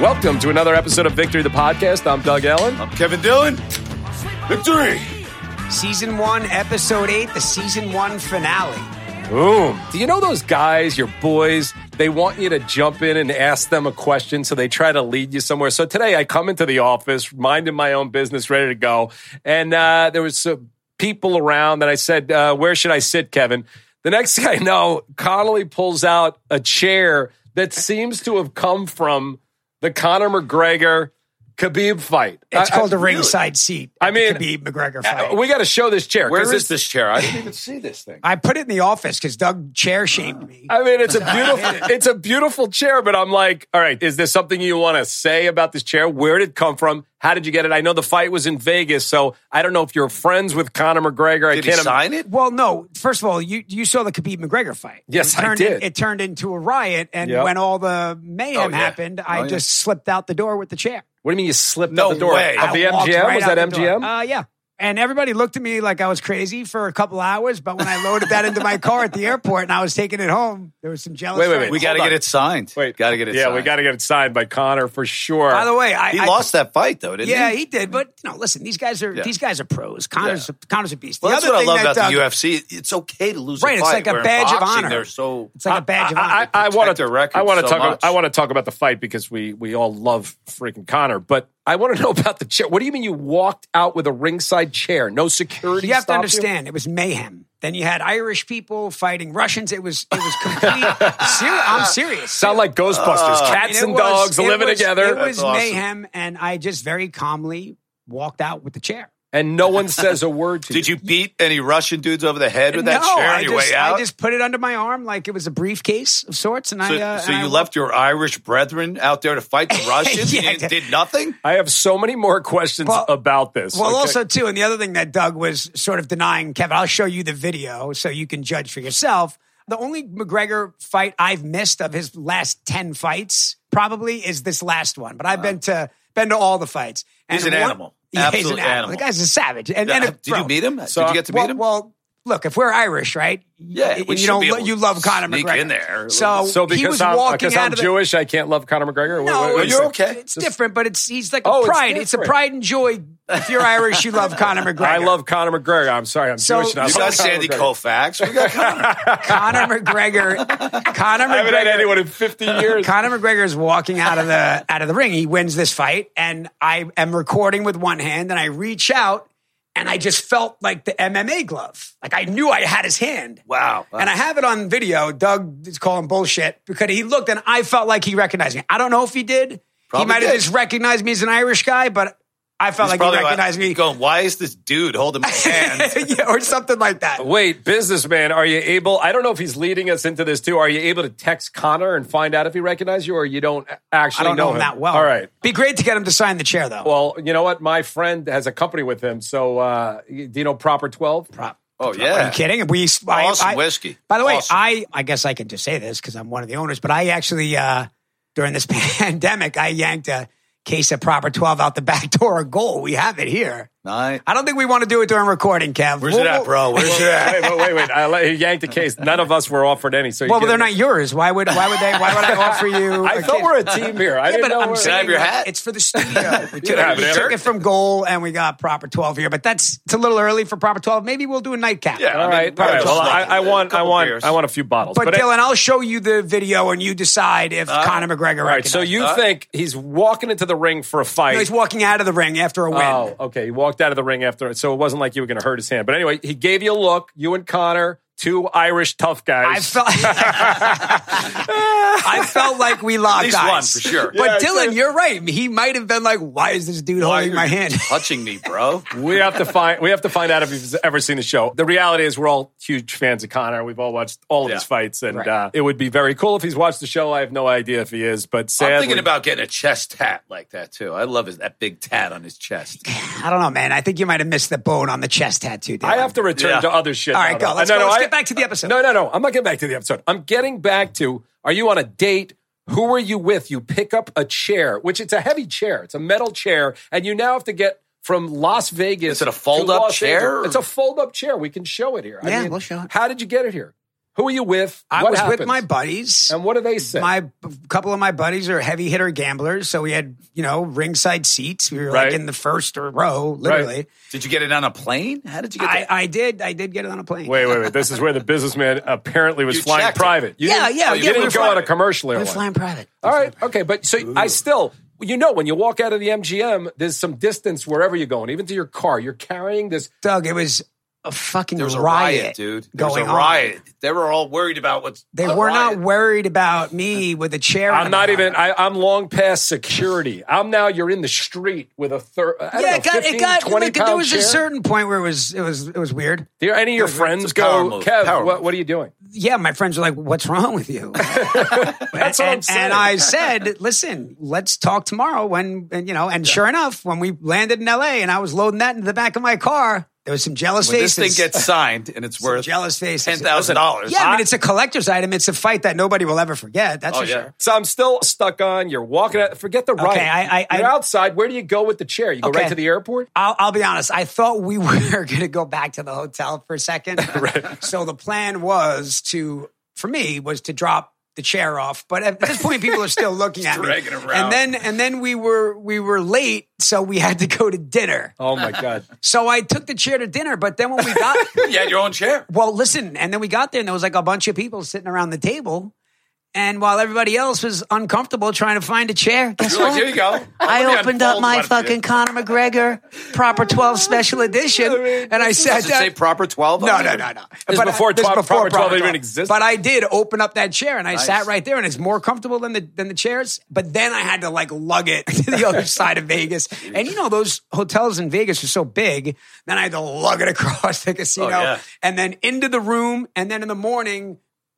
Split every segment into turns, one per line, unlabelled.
Welcome to another episode of Victory the Podcast. I'm Doug Allen.
I'm Kevin Dillon. Victory!
Season one, episode eight, the season one finale.
Boom. Do you know those guys, your boys, they want you to jump in and ask them a question, so they try to lead you somewhere. So today I come into the office, minding my own business, ready to go. And uh, there was some people around that I said, uh, where should I sit, Kevin? The next thing I know, Connolly pulls out a chair that seems to have come from the Conor McGregor Khabib fight.
It's
I- I-
called the ringside seat.
I
at the
mean-
Khabib McGregor
Uh,
fight.
we got to show this chair.
Where
'cause
is
it's-
this chair? I didn't even see this thing.
I put it in the office because Doug chair shamed me.
I mean, it's a beautiful, it's a beautiful chair. But I'm like, all right, is there something you want to say about this chair? Where did it come from? How did you get it? I know the fight was in Vegas, so I don't know if you're friends with Conor McGregor. I
Did he
can't im-
sign it?
Well, no. First of all, you you saw the Khabib McGregor fight.
Yes,
it
I
turned
did.
In, it turned into a riot, and
Yep.
when all the mayhem
Oh, yeah.
happened, I
Oh, yeah.
just slipped out the door with the chair.
What do you mean you slipped
No
out the door
way.
of the
I walked
MGM?
right
was
out
that
the door.
MGM?
Uh, yeah. And everybody looked at me like I was crazy for a couple hours, but when I loaded that into my car at the airport and I was taking it home, there was some jealous.
Wait, wait, wait.
friends.
We got to
Hold
get
on.
it signed. got to get it
Yeah,
signed.
we got to get it signed by Conor for sure.
By the way, I,
He
I-
lost that fight, though, didn't
Yeah,
he?
he did. But you know, listen, these guys are
Yeah.
these guys are pros. Connor's
Yeah.
Connor's a beast. The
Well, that's
other
what I
thing
love
that
about
Doug-
the UFC. It's okay to lose
Right,
a
it's
fight.
like a
where in
badge of
boxing,
honor.
They're so
It's like a badge of honor.
I, I, I
protect
want
their
to.
record
I want to
so
talk.
much.
I want to talk about the fight because we we all love freaking Connor. But I want to know about the chair. What do you mean you walked out with a ringside chair? No security.
you have to
stopped
understand, it was mayhem. Then you had Irish people fighting Russians. It was it was complete. seri- I'm serious.
Sound like Ghostbusters. Cats
Uh, it
and
was-
dogs
it
living
was-
together.
It was
That's awesome.
mayhem, and I just very calmly walked out with the chair.
and no one says a word to
Did you beat any Russian dudes over the head with that
no,
chair on
I
your
just,
way out?
I just put it under my arm like it was a briefcase of sorts, and
so
I. Uh,
so
and
you
I-
left your Irish brethren out there to fight the Russians?
Yeah,
and you did nothing?
I have so many more questions
Well-
about this.
Well,
okay?
also too, and the other thing that Doug was sort of denying, Kevin, I'll show you the video so you can judge for yourself. The only McGregor fight I've missed of his last ten fights probably is this last one, but I've been to been to all the fights. And
He's an
one-
animal.
Yeah, he's
Absolute
an animal.
animal.
The guy's a savage. And, and
Did
if- bro,
you meet him?
So
Did you get to
well,
meet him?
well, look, if we're Irish, right?
Yeah,
you,
we
you
should
don't
be
lo-
able
you
to
love Conor
sneak
McGregor
in there.
So,
so
he
because
was
I'm,
walking
because
out
I'm
of the-
Jewish, I can't love Conor McGregor. What-
No,
what- what
well,
do
you're
think?
okay.
It's different, but it's he's like a
Oh, it's
pride. It's, a
different.
pride and joy. If you're Irish, you love Conor McGregor.
I love Conor McGregor. I'm sorry, I'm
So-
Jewish. And I
you
love
got
Conor
Sandy
McGregor.
Koufax. We got Conor.
Conor McGregor. Conor
I haven't had
McGregor.
anyone in 50 years.
Conor McGregor is walking out of the out of the ring. He wins this fight, and I am recording with one hand, and I reach out, and I just felt like the MMA glove. Like I knew I had his hand.
Wow.
And I have it on video. Doug is calling bullshit because he looked, and I felt like he recognized me. I don't know if he did.
Probably
he might have
did.
just recognized me as an Irish guy, but I felt
He's
like he
probably
recognized me,
Going, why is this dude holding my hand?
yeah, or something like that.
Oh,
Wait, businessman, are you able? I don't know if he's leading us into this too. Are you able to text Connor and find out if he recognized you, or you don't
I
actually
don't know him
him
that well.
All right.
be great to get him to sign the chair though.
Well, you know what? My friend has a company with him. So, uh, do you know Proper 12?
Prop.
oh yeah.
Are you kidding? We I-
Awesome
I-
whiskey.
By the way,
Awesome.
I I guess I can just say this because I'm one of the owners, but I actually uh, during this pandemic I yanked a case of proper twelve out the back door of goal. We have it here.
Night.
I don't think we want to do it during recording, Kev.
Where's it at, bro? Where's it
wait,
at?
wait, wait, wait. I let- he yanked the case. None of us were offered any. So you
Well, but
can-
they're not yours. Why would why would they why would I offer you?
I
a
thought
case?
we're a team here. I
Yeah,
didn't
but
know
I'm
we're-
saying
have your
like,
hat?
It's for the studio. We took,
have
we
it.
took it from goal, and we got proper twelve here. But that's it's a little early for proper twelve. Maybe we'll do a nightcap.
Yeah.
All right, all right. Well, I, I want, I
Couple
want,
beers.
I want a few bottles.
But,
it-
Dylan, I'll show you the video, and you decide if Conor McGregor.
all right. So
recognizes
you
Huh?
think he's walking into the ring for a fight?
No, he's walking out of the ring after a win.
Oh, okay. He walked out of the ring after, so it wasn't like you were going to hurt his hand. But anyway, he gave you a look. You and Connor, two Irish tough
I
guys.
felt, I felt like we locked
least
eyes.
one, for sure.
But
Yeah,
Dylan,
exactly.
you're right. He might have been like, "Why is this dude
Why are
holding
you
my hand?"
touching me, bro.
we have to find. We have to find out if he's ever seen the show. The reality is, we're all huge fans of Connor. We've all watched all of
Yeah.
his fights, and
Right.
uh, it would be very cool if he's watched the show. I have no idea if he is, but sadly,
I'm thinking about getting a chest tat like that too. I love his, that big tat on his chest.
I don't know, man. I think you might have missed the bone on the chest tattoo. Dylan.
I have to return
Yeah.
to other shit.
All right,
now,
go.
though.
Let's
no,
go.
No,
Let's
I-
get back to the episode.
No, no, no. I'm not getting back to the episode. I'm getting back to are you on a date? Who are you with? You pick up a chair, which it's a heavy chair. It's a metal chair, and you now have to get from Las Vegas.
Is it a fold-up
to Los
chair?
Angeles. It's a fold up chair. We can show it here.
Yeah, we'll show it.
How did you get it here? Who are you with?
I
What
was with
happens?
my buddies.
And what do they say?
my couple of my buddies are heavy hitter gamblers, so we had you know ringside seats. We were
Right.
like in the first row, literally.
Did you get it on a plane? How did you get
I,
that?
I did, I did get it on a plane.
wait, wait, wait. This is where the businessman apparently was
You
flying
checked it.
private. You
Yeah,
didn't-
yeah,
oh, You
yeah,
didn't
we're
go on a
flying-
commercial
we're
airline.
flying private.
All right. Okay. But so I still, you know, when you walk out of the MGM, there's some distance wherever you're going, even to your car. You're carrying this.
Doug, it was a fucking
there was a
riot,
riot, dude. There
Going
was a
on.
riot. They were all worried about what's.
They
a
were
riot.
not worried about me with a chair.
I'm
on
not
my-
even. I, I'm long past security. I'm now. You're in the street with a third.
Yeah, it got, it got. Look, there was
chair.
a certain point where it was, it was, it was weird.
Do any of your friends
it's a power
go,
move,
Kev?
power
What,
move."
what are you doing?
Yeah, my friends were like, "What's wrong with you?"
That's what
and,
I'm saying.
and I said, "Listen, let's talk tomorrow." When and you know, and sure enough, when we landed in L.A. and I was loading that into the back of my car, there was some jealous
When this
faces.
thing gets signed and it's
some
worth
jealous faces.
ten thousand dollars.
Yeah, I mean, it's a collector's item. It's a fight that nobody will ever forget. That's
Oh
for
yeah.
sure.
So I'm still stuck on. You're walking out. Forget the ride.
I- I- I-
you're outside. Where do you go with the chair? You go right
Okay.
to the airport.
I'll, I'll be honest. I thought we were going to go back to the hotel for a second. So the plan was to, for me, was to drop the chair off. But at this point, people are still looking at
dragging
me.
it
And
around.
then, and then we were we were late, so we had to go to dinner.
Oh my god.
So I took the chair to dinner. But then when we got,
You had your own chair.
well, listen, and then we got there, and there was like a bunch of people sitting around the table. And while everybody else was uncomfortable trying to find a chair, guess
You're like,
what?
here you go.
I
Let me
opened up
unfold
my
one for
fucking
you.
Conor McGregor proper 12 special edition and I sat
Does it say
down.
proper twelve?
No, no, no, no.
This
But
before 12 proper 12 even existed?
But I did open up that chair and I sat right there and it's more comfortable than the than the chairs. But then I had to like lug it to the other side of Vegas. And you know, those hotels in Vegas are so big. Then I had to lug it across the casino
yeah.
and then into the room. And then in the morning,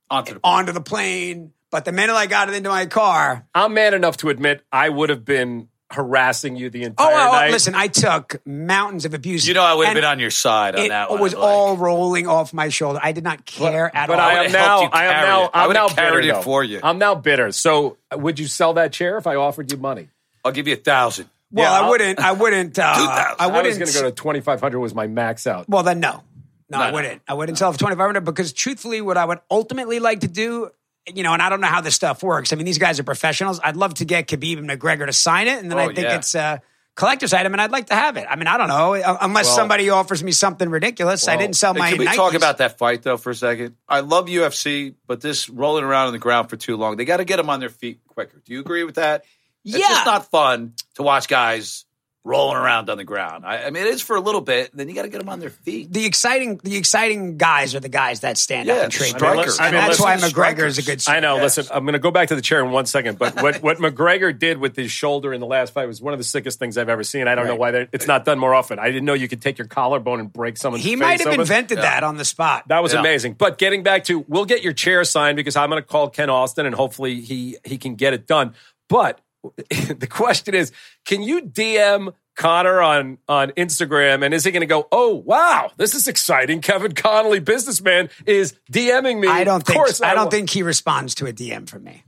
Onto the
onto the plane. But the minute I got it into my car,
I'm man enough to admit I would have been harassing you the
oh,
entire
oh,
night.
listen, I took mountains of abuse.
You know, I would have
And-
been on your side on
it
that one.
was
like-
all rolling off my shoulder. I did not care at
But
all.
I am
would've
now.
helped you
I am
carry
now.
it. I
I'm
would've
now bitter.
carried it
though.
for you.
I'm now bitter. So, uh, would you sell that chair if I offered you money?
I'll give you a thousand.
well,
yeah,
I
I'll-
wouldn't. I wouldn't. Uh, I
I was
wouldn't.
going to go to 2,500 was my max out.
well, then no, no, I
no.
wouldn't. I wouldn't sell for twenty five hundred because truthfully, what I would ultimately like to do. You know, and I don't know how this stuff works. I mean, these guys are professionals. I'd love to get Khabib and McGregor to sign it, and then
Oh,
I think
yeah.
it's a collector's item, and I'd like to have it. I mean, I don't know, uh, unless somebody offers me something ridiculous. I didn't sell
Hey,
my.
Oh, Can we
Nikes.
talk about that fight though for a second? I love UFC, but this rolling around on the ground for too long, they got to get them on their feet quicker. Do you agree with that?
Yeah.
It's just not fun to watch guys rolling around on the ground. I, I mean, it is for a little bit, and then you got to get them on their feet.
the exciting? The exciting guys are the guys that stand
Yeah,
up and
the
trade.
strikers.
I mean,
And that's
listen
why
to the
McGregor is a
strikers.
good.
I know. Listen, I'm going to go back to the chair in one second. But what, what McGregor did with his shoulder in the last fight was one of the sickest things I've ever seen. I don't know why they're- it's not done more often. I didn't know you could take your collarbone and break someone's
He
face
might have
open.
invented that on the spot.
That was
Yeah.
amazing. But getting back to, we'll get your chair signed because I'm going to call Ken Austin and hopefully he he can get it done. But the question is, can you DM Connor on on Instagram and is he going to go, "Oh wow, this is exciting. Kevin Connolly, businessman, is DMing me."
I don't
Of
think.
course
I, don't
will.
think he responds to a DM from me.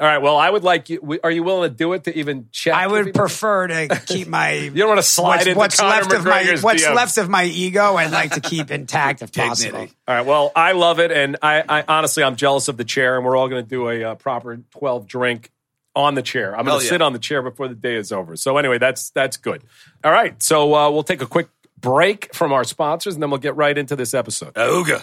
All right. Well, I would like you. w- Are you willing to do it to even check? if
I
he-
would prefer to keep my. you
don't wanna slide into Conor
left of my
McGregor's
what's
DMs.
left of my ego. I'd like to keep intact if possible.
Dignity.
All right. Well, I love it, and I, I honestly, I'm jealous of the chair, and we're all going to do a uh, proper 12 drink on the chair. I'm going
Hell
to
yeah.
sit on the chair before the day is over. So anyway, that's that's good. All right. So uh, we'll take a quick break from our sponsors, and then we'll get right into this episode.
Ooga.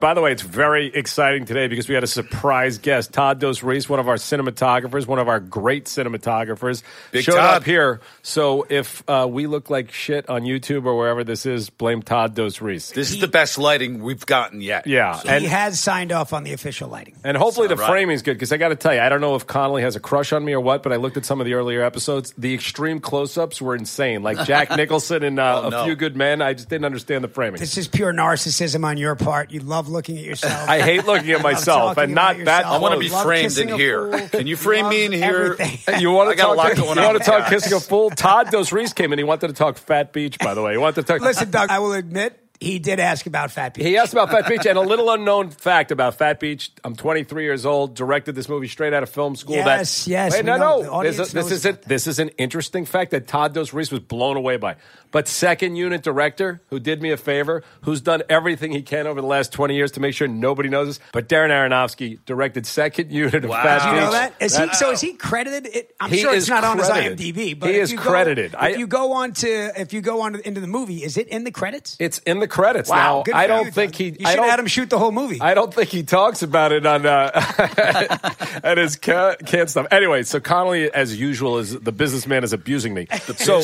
By the way, it's very exciting today because we had a surprise guest, Todd Dos Reis, one of our cinematographers, one of our great cinematographers,
Big
showed
Todd.
up here. So if uh, we look like shit on YouTube or wherever this is, blame Todd Dos Reis.
This is the best lighting we've gotten yet.
Yeah,
he
and
has signed off on the official lighting.
and hopefully the
All right.
framing's good because I got to tell you, I don't know if Connolly has a crush on me or what, but I looked at some of the earlier episodes. The extreme close-ups were insane, like Jack Nicholson and uh,
Oh, no.
a few good men. I just didn't understand the framing.
This is pure narcissism on your part. You love looking at yourself.
I hate looking at myself,
talking
and not
about
that.
yourself.
I
wanna
want
be
to
Love
framed
kissing
in
a
here.
fool.
Can you frame me in
Love
here?
everything.
You want
I
to
got
talk?
a lot going
you
on,
want to talk
guys.
kissing a fool? Todd Dos Reis came in. He wanted to talk Fat Beach. By the way, he wanted to talk.
Listen, Doug, I will admit He did ask about Fat Pete.
He asked about Fat Beach and a little unknown fact about Fat Beach. I'm 23 years old. Directed this movie straight out of film school. that-
Yes, yes,
Wait,
we
no,
know.
no.
The
This,
audience
is- this
knows
is it. This is an interesting fact that Todd Dos Reese was blown away by. But second unit director who did me a favor, who's done everything he can over the last 20 years to make sure nobody knows this. But Darren Aronofsky directed second unit of Fat
Did you
Beach.
know that? Is he, so is he credited? It, I'm
He
sure it's
is
not on
credited.
his IMDb. But
He
if
is
you go-
credited.
If
I-
you go on to if you go on to, into the movie, is it in the credits?
It's in the credits now.
Good
I
for
don't
you,
think
Doug.
he.
You
I
should
don't,
have had him shoot the whole movie.
I don't think he talks about it on uh, at his ca- can stuff. Anyway, so Connolly, as usual, is the businessman is abusing me. so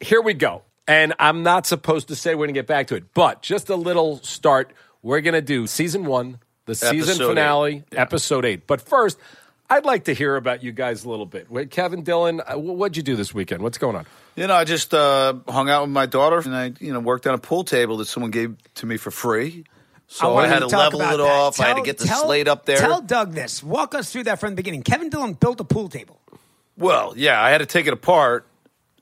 here we go, and I'm not supposed to say we're going to get back to it, but just a little start. We're going to do season one, the season
Episode eight.
finale, episode eight. But first, I'd like to hear about you guys a little bit. Wait, Kevin Dillon, uh, wh- what'd you do this weekend? What's going on?
You know, I just uh, hung out with my daughter, and I, you know, worked on a pool table that someone gave to me for free. So I,
wanted
had to
talk
level
about
it
that.
off. I had to
Tell-
get the
tell-
slate up there.
Tell Doug this. Walk us through that from the beginning. Kevin Dillon built a pool table.
Well, yeah, I had to take it apart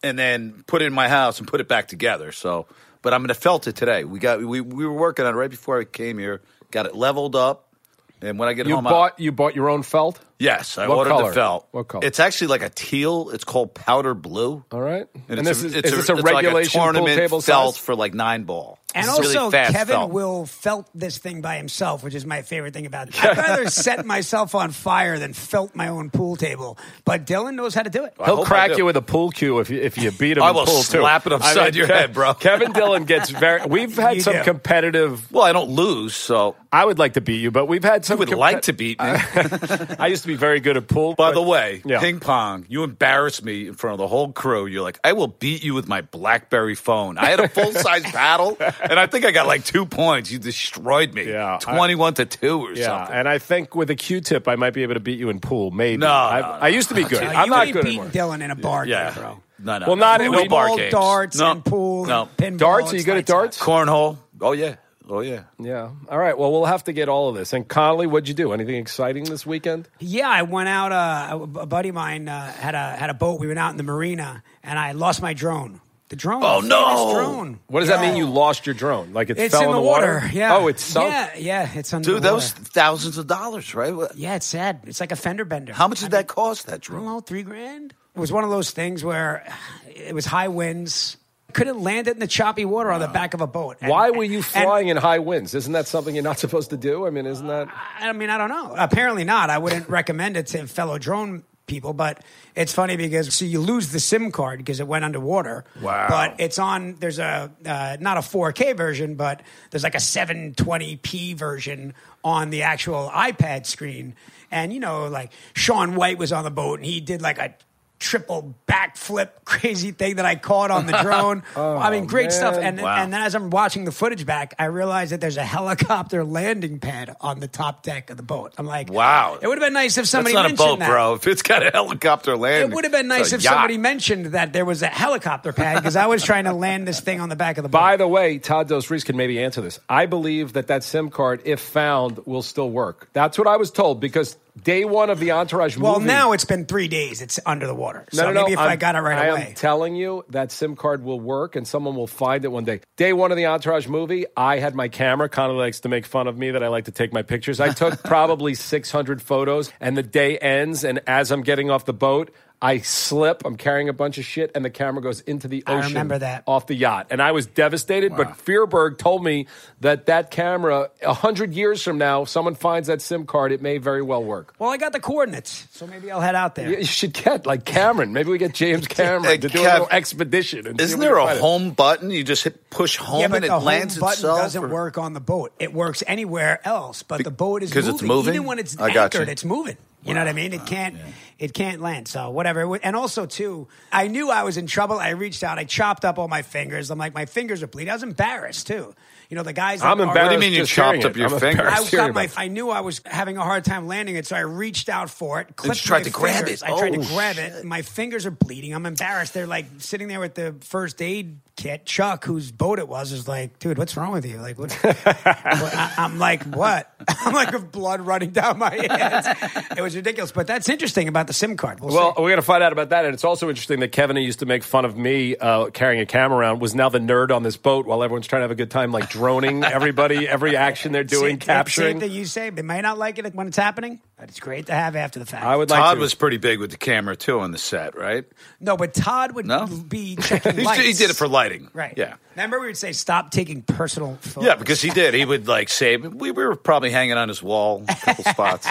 and then put it in my house and put it back together. So, but I'm gonna felt it today. We got we we were working on it right before I came here. Got it leveled up, and when I get
You
home, I-
bought you bought your own felt.
yes, I
What
ordered
color?
the felt.
What color?
It's actually like a teal. It's called powder blue.
All right, and,
And,
this
it's a,
is,
it's
is this
a,
a
it's like
regulation pool
tournament
table
felt
size?
for like nine ball.
And
It's really
also,
fast
Kevin
felt.
will felt this thing by himself, which is my favorite thing about it. I'd rather set myself on fire than felt my own pool table. But Dylan knows how to do it.
I
He'll
hope I
crack
do.
you with a pool cue if you, if you beat him.
I
in
will
pool too.
slap it upside your
Ke-
head, bro.
Kevin Dillon gets very. We've had
You
some
do.
competitive.
Well, I don't lose, so
I would like to beat you, but we've had some.
I would
compet-
like to beat me.
I used to be very good at pool.
By
but-
the way,
yeah.
ping pong, you embarrassed me in front of the whole crew. You're like, I will beat you with my BlackBerry phone. I had a full size paddle, and I think I got like two points. You destroyed me,
Yeah, I-
twenty-one to two or
yeah,
something.
and I think with a Q-tip, I might be able to beat you in pool. Maybe.
No,
I,
no, no.
I used to be good.
Uh,
I'm
you
not
ain't
good
beating
anymore.
Dylan in a bar
yeah,
game, bro.
No, no.
Well, not-
no
we-
bar
Ball,
games.
darts,
no,
and pool,
no.
and pinball.
Darts? Are you
it's
good at
lights out.
darts?
cornhole. Oh yeah, oh yeah.
Yeah. All right. Well, we'll have to get all of this. And Connolly, what'd you do? Anything exciting this weekend?
Yeah, I went out. Uh, a buddy of mine uh, had a had a boat. We went out in the marina, and I lost my drone. The drone.
Oh,
the
no.
famous Drone.
What does that
Yeah.
mean? You lost your drone? Like it
It's
fell
in the, water. Yeah.
Oh, it's sunk.
Yeah, yeah, it's under
Dude,
the
that
water.
was thousands of dollars, right? What-
Yeah, it's sad. It's like a fender bender.
How much did that cost? That
I don't
drone?
know, three grand. It was one of those things where it was high winds. Couldn't land it in the choppy water on the back of a boat. And-
Why were you
and-
flying in high winds? Isn't that something you're not supposed to do? I mean, isn't that?
I mean, I don't know. Apparently not. I wouldn't recommend it to fellow drone people, but it's funny because so you lose the SIM card because it went underwater.
Wow.
But it's on. There's a uh, not a 4K version, but there's like a 720p version on the actual iPad screen. And you know, like Sean White was on the boat and he did like a triple backflip crazy thing that I caught on the drone. I mean, great stuff.
man.
And
Wow.
and then as I'm watching the footage back, I realize that there's a helicopter landing pad on the top deck of the boat. I'm like,
Wow.
It would have been nice if
That's
somebody
not a
mentioned
boat,
that.
bro. If it's got a helicopter
It
landing,
would have been
it's
nice
a
if
yacht.
somebody mentioned that there was a helicopter pad because I was trying to land this thing on the back of the boat.
By the way, Todd Dos Reese can maybe answer this. I believe that that SIM card, if found, will still work. That's what I was told because day one of the Entourage
well,
movie.
now it's been three days. It's under the water.
No,
So
no, no,
maybe if i
I'm-
got it right
I
away.
am telling you that SIM card will work and someone will find it one day. Day one of the Entourage movie, I had my camera. Connor likes to make fun of me that I like to take my pictures. I took probably 600 photos, and the day ends. And as I'm getting off the boat, I slip. I'm carrying a bunch of shit, and the camera goes into the
I
ocean.
remember that.
off the yacht, and I was devastated. But Fearberg told me that that camera, hundred years from now, if someone finds that SIM card, it may very well work.
well, I got the coordinates, so maybe I'll head out there.
You should get like Cameron. Maybe we get James Cameron to do a
Kev,
little expedition. And see if
Isn't
we
there
can
a
find it.
home button? You just hit push home
yeah, but
and it
the
lands
home button
itself.
doesn't
or-
work on the boat. It works anywhere else, but the boat is
'cause
moving.
it's moving?
Even when it's
I got
anchored,
you.
it's moving. You know what I mean? It can't. It can't land. So whatever. It would- And also too, I knew I was in trouble. I reached out. I chopped up all my fingers. I'm like, my fingers are bleeding. I was embarrassed too. You know, the guys.
I'm
that are-
embarrassed.
What do you mean you
just hearing
chopped up
it.
your
I'm
finger?
embarrassed
I
hearing
got my.
about it.
I knew I was having a hard time landing it, so I reached out for it. Clipped
tried
my
to grab
fingers.
it.
I tried to
Oh,
grab it. My fingers are bleeding. I'm embarrassed. They're like sitting there with the first aid kit. Chuck, whose boat it was, is like, "Dude, what's wrong with you?" Like, what? Well, I, I'm like, "What?" I'm like with blood running down my hands. it was ridiculous, but that's interesting about the SIM card. We'll,
Well,
see.
we're going to find out about that. And it's also interesting that Kevin, who used to make fun of me uh, carrying a camera around, was now the nerd on this boat while everyone's trying to have a good time, like droning everybody, every action they're doing,
Same-
capturing.
Same thing you say. They may not like it when it's happening, but it's great to have after the fact.
I would like
Todd
to.
was pretty big with the camera too on the set, right?
no, but Todd would
No?
be checking
He,
lights.
he did it for lighting,
right.
Yeah,
Remember, we would say stop taking personal photos.
yeah, because he did. He would like save. We, we were probably hanging on his wall a couple spots.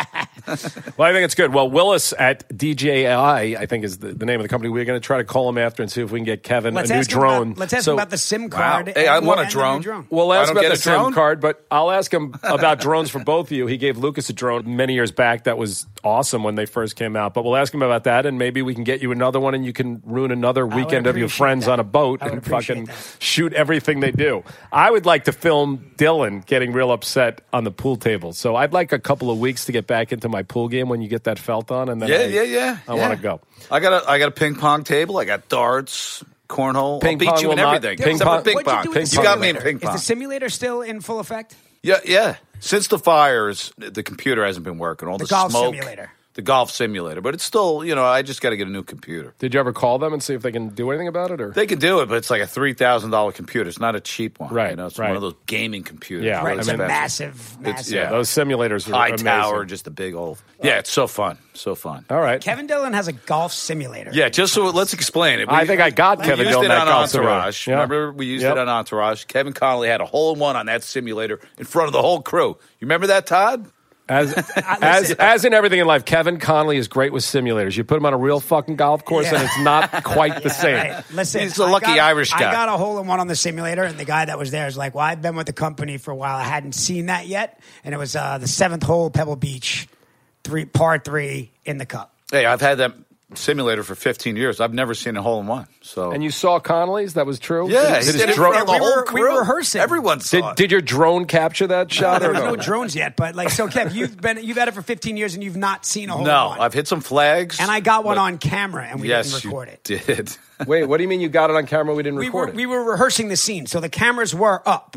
well, I think it's good. Well, Willis at DJI, I think is the, the name of the company. We're going to try to call him after and see if we can get Kevin
let's
a new
ask him
drone.
About, let's ask
So-
him about the SIM
Wow.
card.
Hey, I
and-
want a
and the new
drone.
Well,
I
ask
don't
about
get
the
a
SIM
drone?
card, but I'll ask him about drones for both of you. He gave Lucas a drone many years back that was awesome when they first came out. But we'll ask him about that, and maybe we can get you another one, and you can ruin another weekend of your
appreciate
friends
that.
on a boat
I would
and
appreciate
fucking
that.
shoot everything they do. I would like to film Dylan getting real upset on the pool table. So I'd like a couple of weeks to get back into my pool game when you get that felt on, and then
Yeah,
I-
yeah, yeah.
I
yeah.
want to go.
I got a I got a ping pong table. I got darts, cornhole.
Ping
I'll beat
pong
you in
will not-
everything.
ping
Except for
pong-
ping
What'd you
pong.
do
Ping
with the
You got me in
simulator?
ping
Is
pong. Oh,
the simulator still in full effect?
Yeah, yeah. Since the fires, the computer hasn't been working. All the,
golf
smoke,
simulator.
the golf simulator. But it's still, you know, I just got to get a new computer.
Did you ever call them and see if they can do anything about it? Or
They can do it, but it's like a three thousand dollar computer. It's not a cheap one,
Right,
You know, it's
right.
one of those gaming computers.
Yeah,
really
I
Right, it's a
mean-
expensive.
massive, massive.
yeah.
those simulators are
high
amazing.
tower, just a big old. Yeah, it's so fun, so fun.
All right,
Kevin Dillon has a golf simulator.
Yeah, just so let's explain it.
I think I got Kevin
used
Dillon
it
that
on
golf simulator.
Entourage.
Yeah.
Remember, we used
Yep.
it on Entourage. Kevin Connolly had a hole in one on that simulator in front of the whole crew. You remember that, Todd?
As
Uh,
as as in everything in life, Kevin Conley is great with simulators. You put him on a real fucking golf course,
Yeah.
and it's not quite the same.
Right. Listen,
He's a
I
lucky
got-
Irish guy.
I got a hole in one on the simulator, and the guy that was there is like, "Well, I've been with the company for a while. I hadn't seen that yet." And it was uh, the seventh hole, Pebble Beach, three par three in the cup.
Hey, I've had that simulator for 15 years. I've never seen a hole in one. So
And you saw Conley's? That was true.
yeah,
Did,
he did
his
it
drone,
for the
We
whole
were- we
crew.
were rehearsing.
Everyone saw
did,
it.
did your drone capture that shot?
There
or
was
no?
no drones yet, but like, so Kev, you've been you've had it for 15 years, and you've not seen a hole. in
no,
one.
I've hit some flags.
and I got one
but-
on camera, and we
Yes,
didn't record
you
it.
did.
Wait, what do you mean you got it on camera? We didn't
We
record
were,
it.
we were rehearsing the scene, so the cameras were up,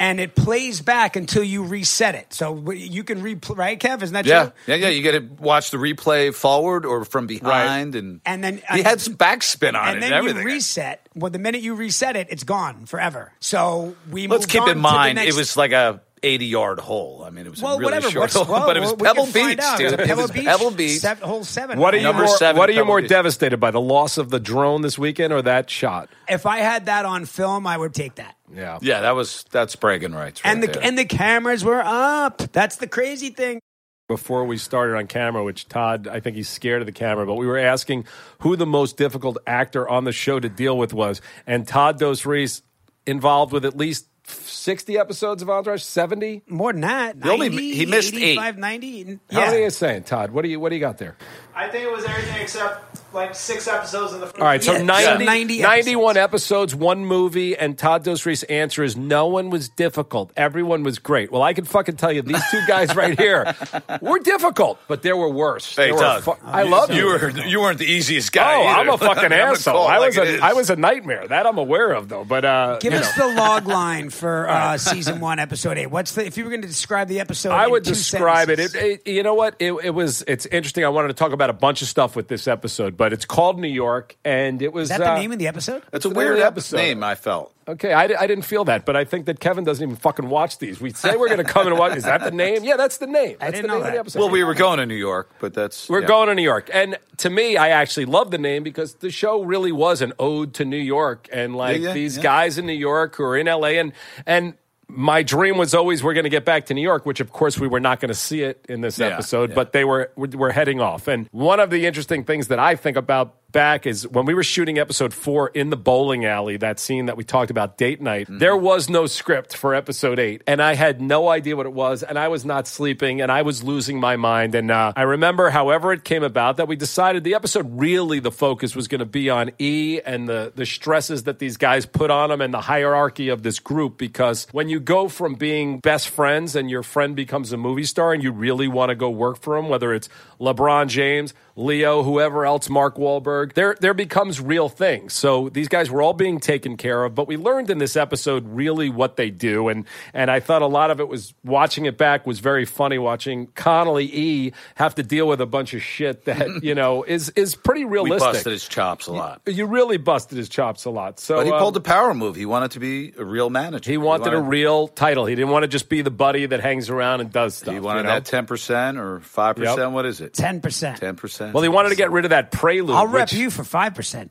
and it plays back until you reset it. So w- you can replay, right, Kev? Isn't that
Yeah,
true?
yeah, yeah. You got to watch the replay forward or from behind, and
And then- uh,
he had some backspin on it
and then
and everything.
you reset. Well, the minute you reset it, it's gone forever. So we
Let's
moved
keep
on
in
to the
mind
next-
it was like a 80 yard hole. I mean, it was
well,
a really
whatever.
short
What's-
hole,
well,
but it was
we
Pebble
can find
Beach,
out.
dude.
Pebble
it was
Beach.
Pebble Beach.
sev- hole seven.
what are you
Number
more,
seven,
what are you
Pebble
more
Beach.
devastated by, the loss of the drone this weekend or that shot?
If I had that on film, I would take that.
Yeah.
Yeah, that was that's bragging rights. Right
And the
there.
and the cameras were up. That's the crazy thing.
before we started on camera, which Todd, I think he's scared of the camera, but we were asking who the most difficult actor on the show to deal with was. And Todd Dos Reis involved with at least 60 episodes of Entourage, 70?
More than that.
He only-
90,
he missed eight.
85, 90.
How are you
Yeah.
saying, Todd? What do you what do you got there?
I think it was everything except like six episodes in the first.
All right, so
Yeah,
90,
yeah. 90 episodes.
91 episodes, one movie, and Todd Dos Reis' answer is no one was difficult. Everyone was great. Well, I can fucking tell you, these two guys right here were difficult, but there were worse.
hey,
There were
Todd,
fu- I love you.
you. Were, you weren't the easiest guy.
Oh,
either.
I'm a
I'm
fucking
gonna
asshole.
call it
I
like
was
it
a,
is.
I was a nightmare. That I'm aware of though. But uh,
Give
you
us
know,
the log line for uh, season one, episode eight. What's the if you were going to describe the episode?
I
in
would
two
describe it,
sentences?
it, it- You know what? It, it was. It's interesting. I wanted to talk about a bunch of stuff with this episode, but it's called New York, and it was
Is that the
uh,
name of the episode?
It's a
the name of
weird
the
episode.
episode.
name. I felt.
Okay, I, di- I didn't feel that, but I think that Kevin doesn't even fucking watch these. We say we're going to come and watch. Is that the name? Yeah, that's the name. That's
didn't
the
know
name of
that.
the episode.
Well, we were going to New York, but that's
We're
yeah.
going to New York. And to me, I actually love the name because the show really was an ode to New York and like
Yeah, yeah,
these
yeah.
guys in New York who are in LA and and my dream was always we're going to get back to New York, which of course we were not going to see it in this
Yeah,
episode,
yeah.
but they were were heading off. And one of the interesting things that I think about back is when we were shooting episode 4 in the bowling alley, that scene that we talked about date night,
Mm-hmm.
there was no script for episode 8 and I had no idea what it was and I was not sleeping and I was losing my mind and uh, I remember however it came about that we decided the episode really the focus was going to be on E and the the stresses that these guys put on them and the hierarchy of this group because when you go from being best friends and your friend becomes a movie star and you really want to go work for him whether it's LeBron James, Leo, whoever else, Mark Wahlberg, Goldberg, there there becomes real things. So these guys were all being taken care of, but we learned in this episode really what they do, and and I thought a lot of it was watching it back was very funny watching Connolly E have to deal with a bunch of shit that you know is is pretty
We
realistic.
busted his chops a lot.
you really busted his chops a lot. So
But he
um,
pulled the power move. He wanted to be a real manager.
he wanted a
wanted-
real title. He didn't want to just be the buddy that hangs around and does stuff.
He wanted
you know?
that ten percent or five percent.
Yep.
What is it?
10%.
Ten percent.
Well, he wanted to get rid of that prelude.
I'll rep
which-
you for 5%,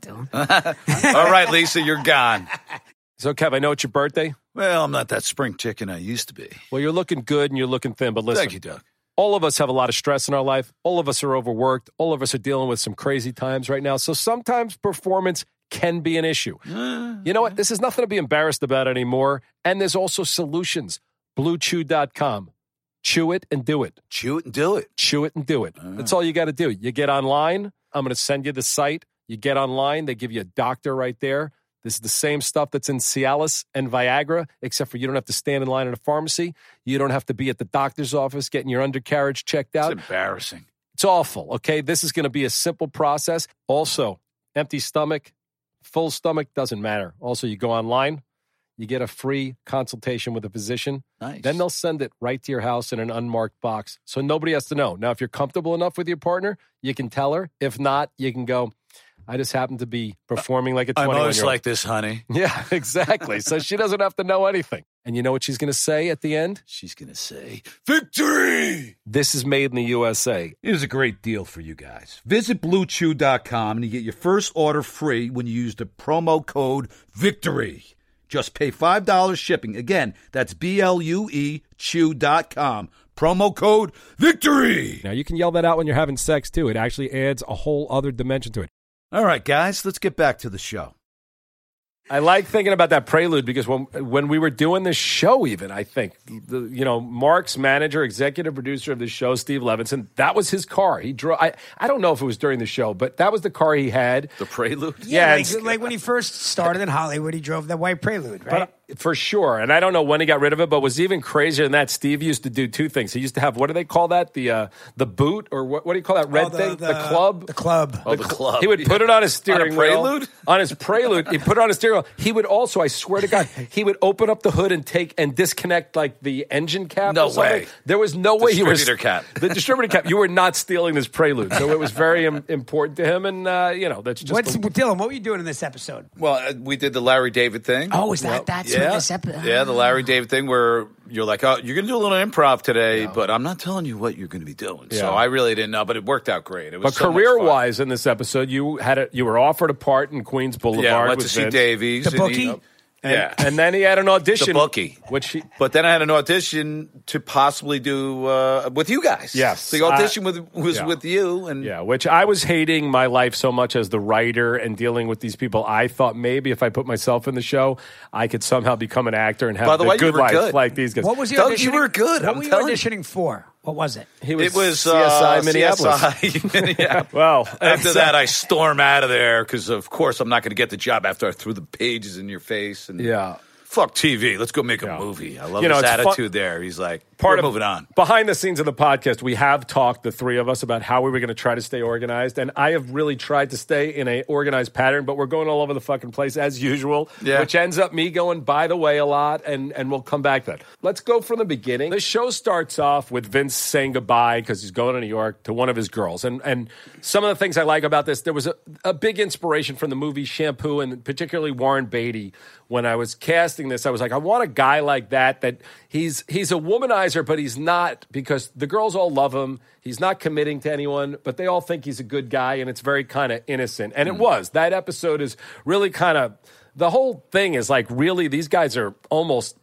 Dylan.
All right, Lisa, you're gone.
So, Kev, I know it's your birthday.
Well, I'm not that spring chicken I used to be.
Well, you're looking good and you're looking thin, but listen,
Thank you, Doug.
all of us have a lot of stress in our life. All of us are overworked. All of us are dealing with some crazy times right now. So sometimes performance can be an issue.
Mm-hmm.
You know what? This is nothing to be embarrassed about anymore. And there's also solutions. BlueChew.com. Chew it and do it.
Chew it and do it.
chew it and do it. That's all you got to do. You get online. I'm going to send you the site. You get online. They give you a doctor right there. This is the same stuff that's in Cialis and Viagra, except for you don't have to stand in line at a pharmacy. You don't have to be at the doctor's office getting your undercarriage checked
It's
out.
embarrassing.
It's awful. Okay. This is going to be a simple process. Also, empty stomach, full stomach, doesn't matter. Also, you go online, you get a free consultation with a physician.
Nice.
Then they'll send it right to your house in an unmarked box. So nobody has to know. Now, if you're comfortable enough with your partner, you can tell her. If not, you can go, I just happen to be performing like a 21
I'm
year
always
old.
like this, honey.
yeah, exactly. so she doesn't have to know anything. And you know what she's going to say at the end?
She's gonna say victory.
This is made in the USA.
Here's a great deal for you guys. Visit bluechew.com and you get your first order free when you use the promo code VICTORY. Just pay $5 shipping. Again, that's B L U E chew.com. Promo code VICTORY.
Now, you can yell that out when you're having sex, too. It actually adds a whole other dimension to it.
All right, guys, let's get back to the show.
I like thinking about that prelude because when when we were doing this show, even I think the, you know Mark's manager, executive producer of the show, Steve Levinson, that was his car. He drove. I I don't know if it was during the show, but that was the car he had.
The prelude.
Yeah,
like,
it's-
like when he first started in Hollywood, he drove that white Prelude, right?
But uh, for sure, and I don't know when he got rid of it, but was even crazier than that. Steve used to do two things. He used to have what do they call that? The uh, the boot or what, what do you call that red
Oh, the-
thing? The,
the-
club.
The club.
Oh, the club.
He would put it on his
On a
steering
Prelude?
wheel. On his prelude, he put it on his steering wheel. He would also, I swear to God, he would open up the hood and take and disconnect like the engine cap.
No
or something.
way.
There was no way he was
Distributor cap.
The distributor cap. You were not stealing this prelude, so it was very im- important to him. And uh, you know, that's just
What's
a-
Dylan? What were you doing in this episode?
Well, uh, we did the Larry David thing.
Oh, is that that's
yeah.
what this episode?
Yeah, the Larry David thing where you're like, oh, you're going to do a little improv today, but I'm not telling you what you're going to be doing.
Yeah.
So I really didn't know, but it worked out great. It was
But
so much fun.
career wise, in this episode, you had a, you were offered a part in Queens Boulevard.
yeah, I went
with
to see
Vince.
Davies.
The
and, you
bookie?
know,
And,
yeah.
and then he had an audition.
The bookie.
which he
but then I had an audition to possibly do uh, with you guys.
Yes.
the audition with was
yeah.
with you, and
Yeah, which I was hating my life so much as the writer and dealing with these people. I thought maybe if I put myself in the show, I could somehow become an actor and have
By the way, you
good
were
life
good.
like these guys.
What was your
Doug,
auditioning?
you were good,
What
I'm
were you
telling you.
audition auditioning for? What was it?
he
it was
CSI
uh,
Minneapolis.
CSI Minneapolis.
Well,
After that, I storm out of there because, of course, I'm not going to get the job after I threw the pages in your face. And
Yeah.
fuck TV. Let's go make a
Yeah.
movie. I love
You know,
his
it's fun-
attitude there. He's like,
part of
moving on.
Behind the scenes of the podcast, we have talked the three of us about how we were going to try to stay organized, and I have really tried to stay in a organized pattern, but we're going all over the fucking place as usual,
Yeah.
which ends up me going by the way a lot, and and we'll come back to that. Let's go from the beginning. The show starts off with Vince saying goodbye because he's going to New York to one of his girls, and and some of the things I like about this, there was a, a big inspiration from the movie Shampoo, and particularly Warren Beatty. When I was casting this, I was like, I want a guy like that that he's he's a womanizer, but he's not because the girls all love him. He's not committing to anyone, but they all think he's a good guy, and it's very kind of innocent. And it was that episode is really kind of the whole thing is like really these guys are almost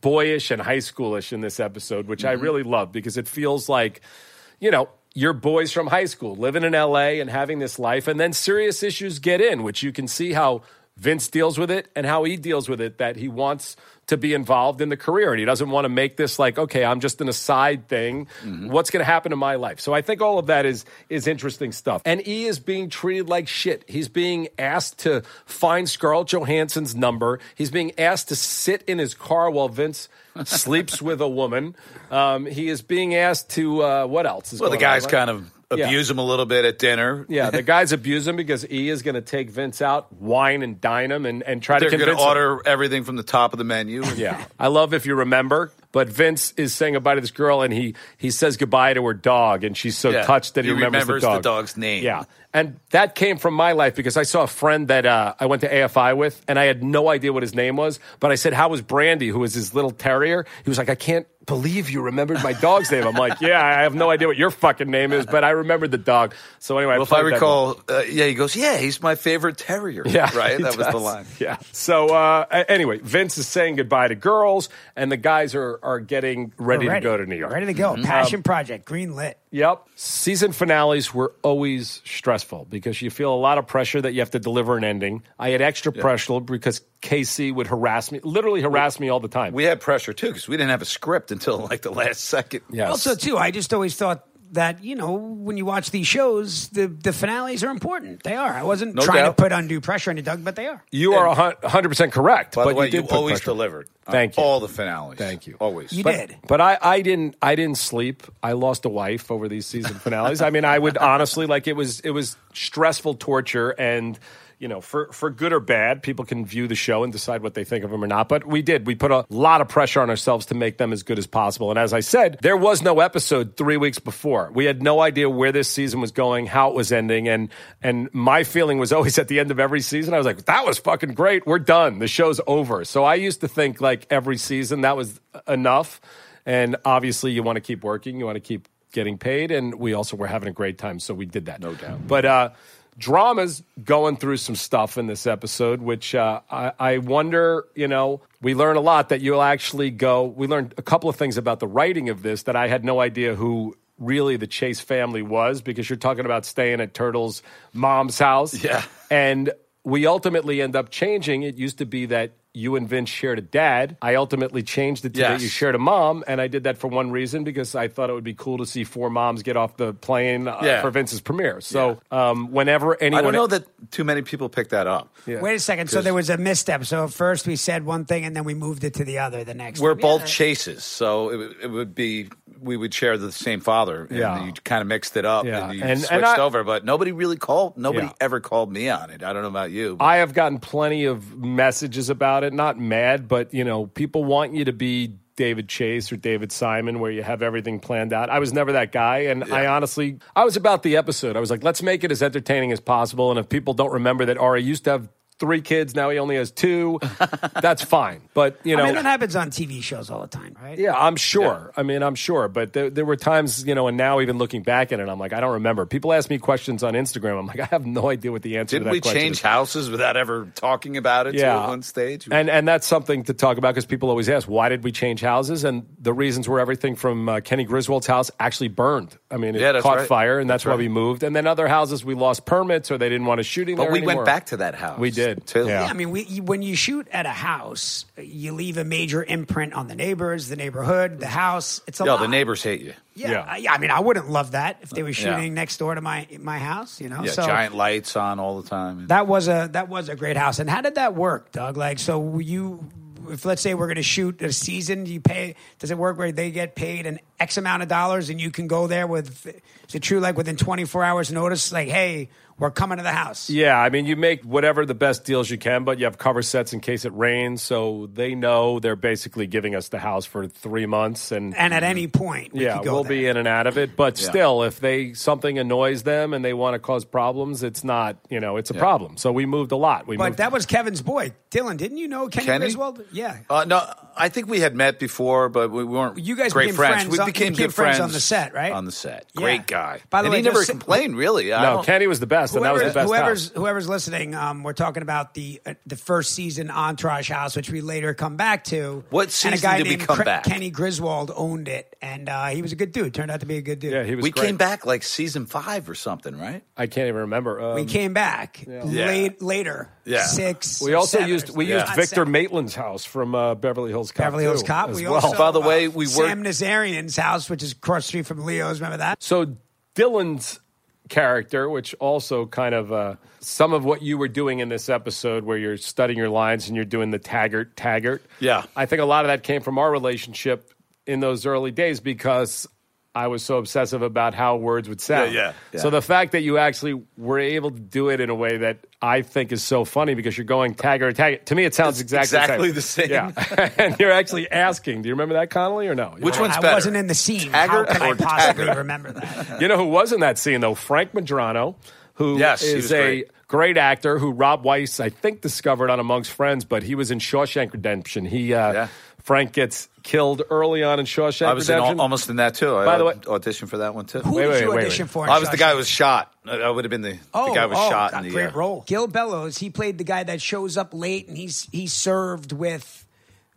boyish and high schoolish in this episode, which I really love because it feels like, you know, your boys from high school living in LA and having this life, and then serious issues get in, which you can see how Vince deals with it and how he deals with it that he wants to be involved in the career and he doesn't want to make this like okay I'm just an aside thing
Mm-hmm.
what's going to happen to my life so I think all of that is is interesting stuff and E is being treated like shit he's being asked to find Scarlett Johansson's number he's being asked to sit in his car while Vince sleeps with a woman um, he is being asked to uh, what else is
Well, the
going on,
guy's
right?
kind of
Yeah.
abuse him a little bit at dinner.
Yeah, the guys abuse him because E is going to take Vince out, wine and dine him, and, and try
They're
to
going to
convince him.
order everything from the top of the menu.
Yeah, I love if you remember. But Vince is saying goodbye to this girl, and he he says goodbye to her dog, and she's so
Yeah,
touched that he,
he
remembers,
remembers
the
the
dog.
dog's name.
Yeah, and that came from my life because I saw a friend that uh, I went to AFI with, and I had no idea what his name was. But I said, "How was Brandy, who was his little terrier?" He was like, "I can't believe you remembered my dog's name." I'm like, "Yeah, I have no idea what your fucking name is, but I remembered the dog." So anyway,
Well, if I
played that one.
recall, uh, yeah, he goes, "Yeah, he's my favorite terrier."
Yeah,
right.
he
That was the
does.
line.
Yeah. So uh, a- anyway, Vince is saying goodbye to girls, and the guys are are getting ready, to
We're
go to New York.
Ready to
Mm-hmm.
go. Passion project, green lit.
Yep. Season finales were always stressful because you feel a lot of pressure that you have to deliver an ending. I had extra pressure because Casey would harass me, literally harass me all the time.
We had pressure too because we didn't have a script until like the last second.
yes.
Also, too, I just always thought that you know when you watch these shows, the the finales are important. They are. I wasn't
No
trying
doubt.
to put undue pressure on you, Doug, but they are.
you are a hun- 100% correct.
By
but
the way,
you, did
you
put
always
pressure.
delivered. on
Thank you.
All the finales.
Thank you.
Always.
You
But-
did.
But I, I didn't I didn't sleep. I lost a wife over these season finales. I mean, I would honestly like it was it was stressful torture and you know, for, for good or bad, people can view the show and decide what they think of them or not. But we did. We put a lot of pressure on ourselves to make them as good as possible. And as I said, there was no episode three weeks before. We had no idea where this season was going, how it was ending, and and my feeling was always at the end of every season, I was like, that was fucking great. We're done. The show's over. So I used to think like every season that was enough. And obviously, you want to keep working, you want to keep getting paid, and we also were having a great time, so we did that. No doubt. But uh, drama's going through some stuff in this episode, which uh, I, I wonder. You know, we learn a lot that you'll actually go. We learned a couple of things about the writing of this that I had no idea who really the Chase family was because you're talking about staying at Turtle's mom's house.
Yeah.
And we ultimately end up changing. It used to be that you and Vince shared a dad. I ultimately changed it to that
Yes.
you shared a mom. And I did that for one reason because I thought it would be cool to see four moms get off the plane uh,
Yeah.
for Vince's premiere. So um, whenever anyone.
I don't know that too many people picked that up.
Wait a second. So there was a misstep. So at first we said one thing and then we moved it to the other the next.
We're
one.
both chases, so it, would- it would be we would share the same father. And
Yeah.
you kind of mixed it up
Yeah.
and you
And- and
switched
I-
over, but nobody really called. Nobody
Yeah.
ever called me on it. I don't know about you. but-
I have gotten plenty of messages about it. Not mad, but you know, people want you to be David Chase or David Simon, where you have everything planned out. I was never that guy, and I honestly, I was about the episode. I was like, let's make it as entertaining as possible. And if people don't remember that Ari used to have three kids, now he only has two. that's fine. But you know,
I mean, that happens on TV shows all the time, right?
yeah, I'm sure. I mean, I'm sure. But there, there were times, you know, and now even looking back at it, I'm like, I don't remember. People ask me questions on Instagram. I'm like, I have no idea what the answer. to
Didn't
that
we
question is.
change houses without ever talking about it
yeah.
to on stage?
And and that's something to talk about because people always ask why did we change houses, and the reasons were everything from uh, Kenny Griswold's house actually burned. I mean, it
Yeah, that's
caught
right.
fire, and that's,
That's
why we moved. And then other houses we lost permits or they didn't want us shooting.
but
there
we
anymore.
went back to that house.
We did.
too.
Yeah.
Yeah, I mean, we, you- when you shoot at a house, you leave a major imprint on the neighbors, the neighborhood, the house. It's a
Yo,
lot.
the neighbors hate you.
Yeah,
Yeah.
I, I mean, I wouldn't love that if they were shooting next door to my my house. You know,
Yeah,
so
giant lights on all the time.
that was a that was a great house. And how did that work, Doug? Like, so you, if let's say we're going to shoot a season, you pay. Does it work where they get paid an X amount of dollars and you can go there with? Is it true? Like within twenty four hours notice, like, hey, we're coming to the house.
Yeah, I mean, you make whatever the best deals you can, but you have cover sets in case it rains, so they know they're basically giving us the house for three months, and
And at any point, we
yeah,
could go
we'll
there.
be in and out of it. But still, if they something annoys them and they want to cause problems, it's not you know it's a problem. So we moved a lot. We
But
moved
that was Kevin's boy, Dylan. Didn't you know Kenny,
Kenny?
Griswold? Yeah.
Uh, no, I think we had met before, but we weren't.
You guys
great
became
friends.
friends
We
on- you
became
became
good
friends on the set, right?
On the set,
Yeah.
great guy.
By the
And
way,
he never
just-
complained. Really, I
No,
don't-
Kenny was the best, and that was the best
whoever's
house.
whoever's listening, um, we're talking about the uh, the first season Entourage House, which we later come back to.
What
and
season
a guy
did we
named
come
Cra-
back?
Kenny Griswold owned it, and uh, he was a good dude. Turned out to be a good dude.
Yeah, he was.
we
great.
came back like season five or something, right?
I can't even remember. Um,
we
we,
came back late later.
Yeah.
six. or
also
seven or
used we
something.
used
Not
Victor
seven.
Maitland's house from uh, Beverly Hills Cop.
Beverly Hills
too,
Cop.
as
We
well.
also,
By the
uh,
way, we
Sam
worked-
Nazarian's house, which is across the street from Leo's. Remember that?
So Dylan's character, which also kind of uh, some of what you were doing in this episode, where you're studying your lines and you're doing the Taggart Taggart.
Yeah.
I think a lot of that came from our relationship in those early days because I was so obsessive about how words would sound.
Yeah, yeah,
So
yeah.
the fact that you actually were able to do it in a way that I think is so funny because you're going tagger tagger. To me, it sounds exactly,
exactly
the
the
same.
same.
Yeah, and you're actually asking. Do you remember that Connolly or no?
Which one's
I
better?
wasn't in the scene.
Taggart
How can I
or
possibly
Taggart?
remember that?
You know who was in that scene though? Frank Madrano, who is
Yes, he was
a
great.
great actor who Rob Weiss I think discovered on Amongst Friends, but he was in Shawshank Redemption. He uh,
Yeah.
Frank gets killed early on in Shawshank
I was in,
Redemption.
al- almost in that too. I
By the way-
auditioned for that one too.
Who
Wait,
did
wait,
you
wait,
audition
wait.
for? in
I was the guy
Shawshank?
who was shot. I, I would have been the, the guy who was
oh,
shot.
God,
in the,
great
uh,
role. Gil Bellows, he played the guy that shows up late and he's he served with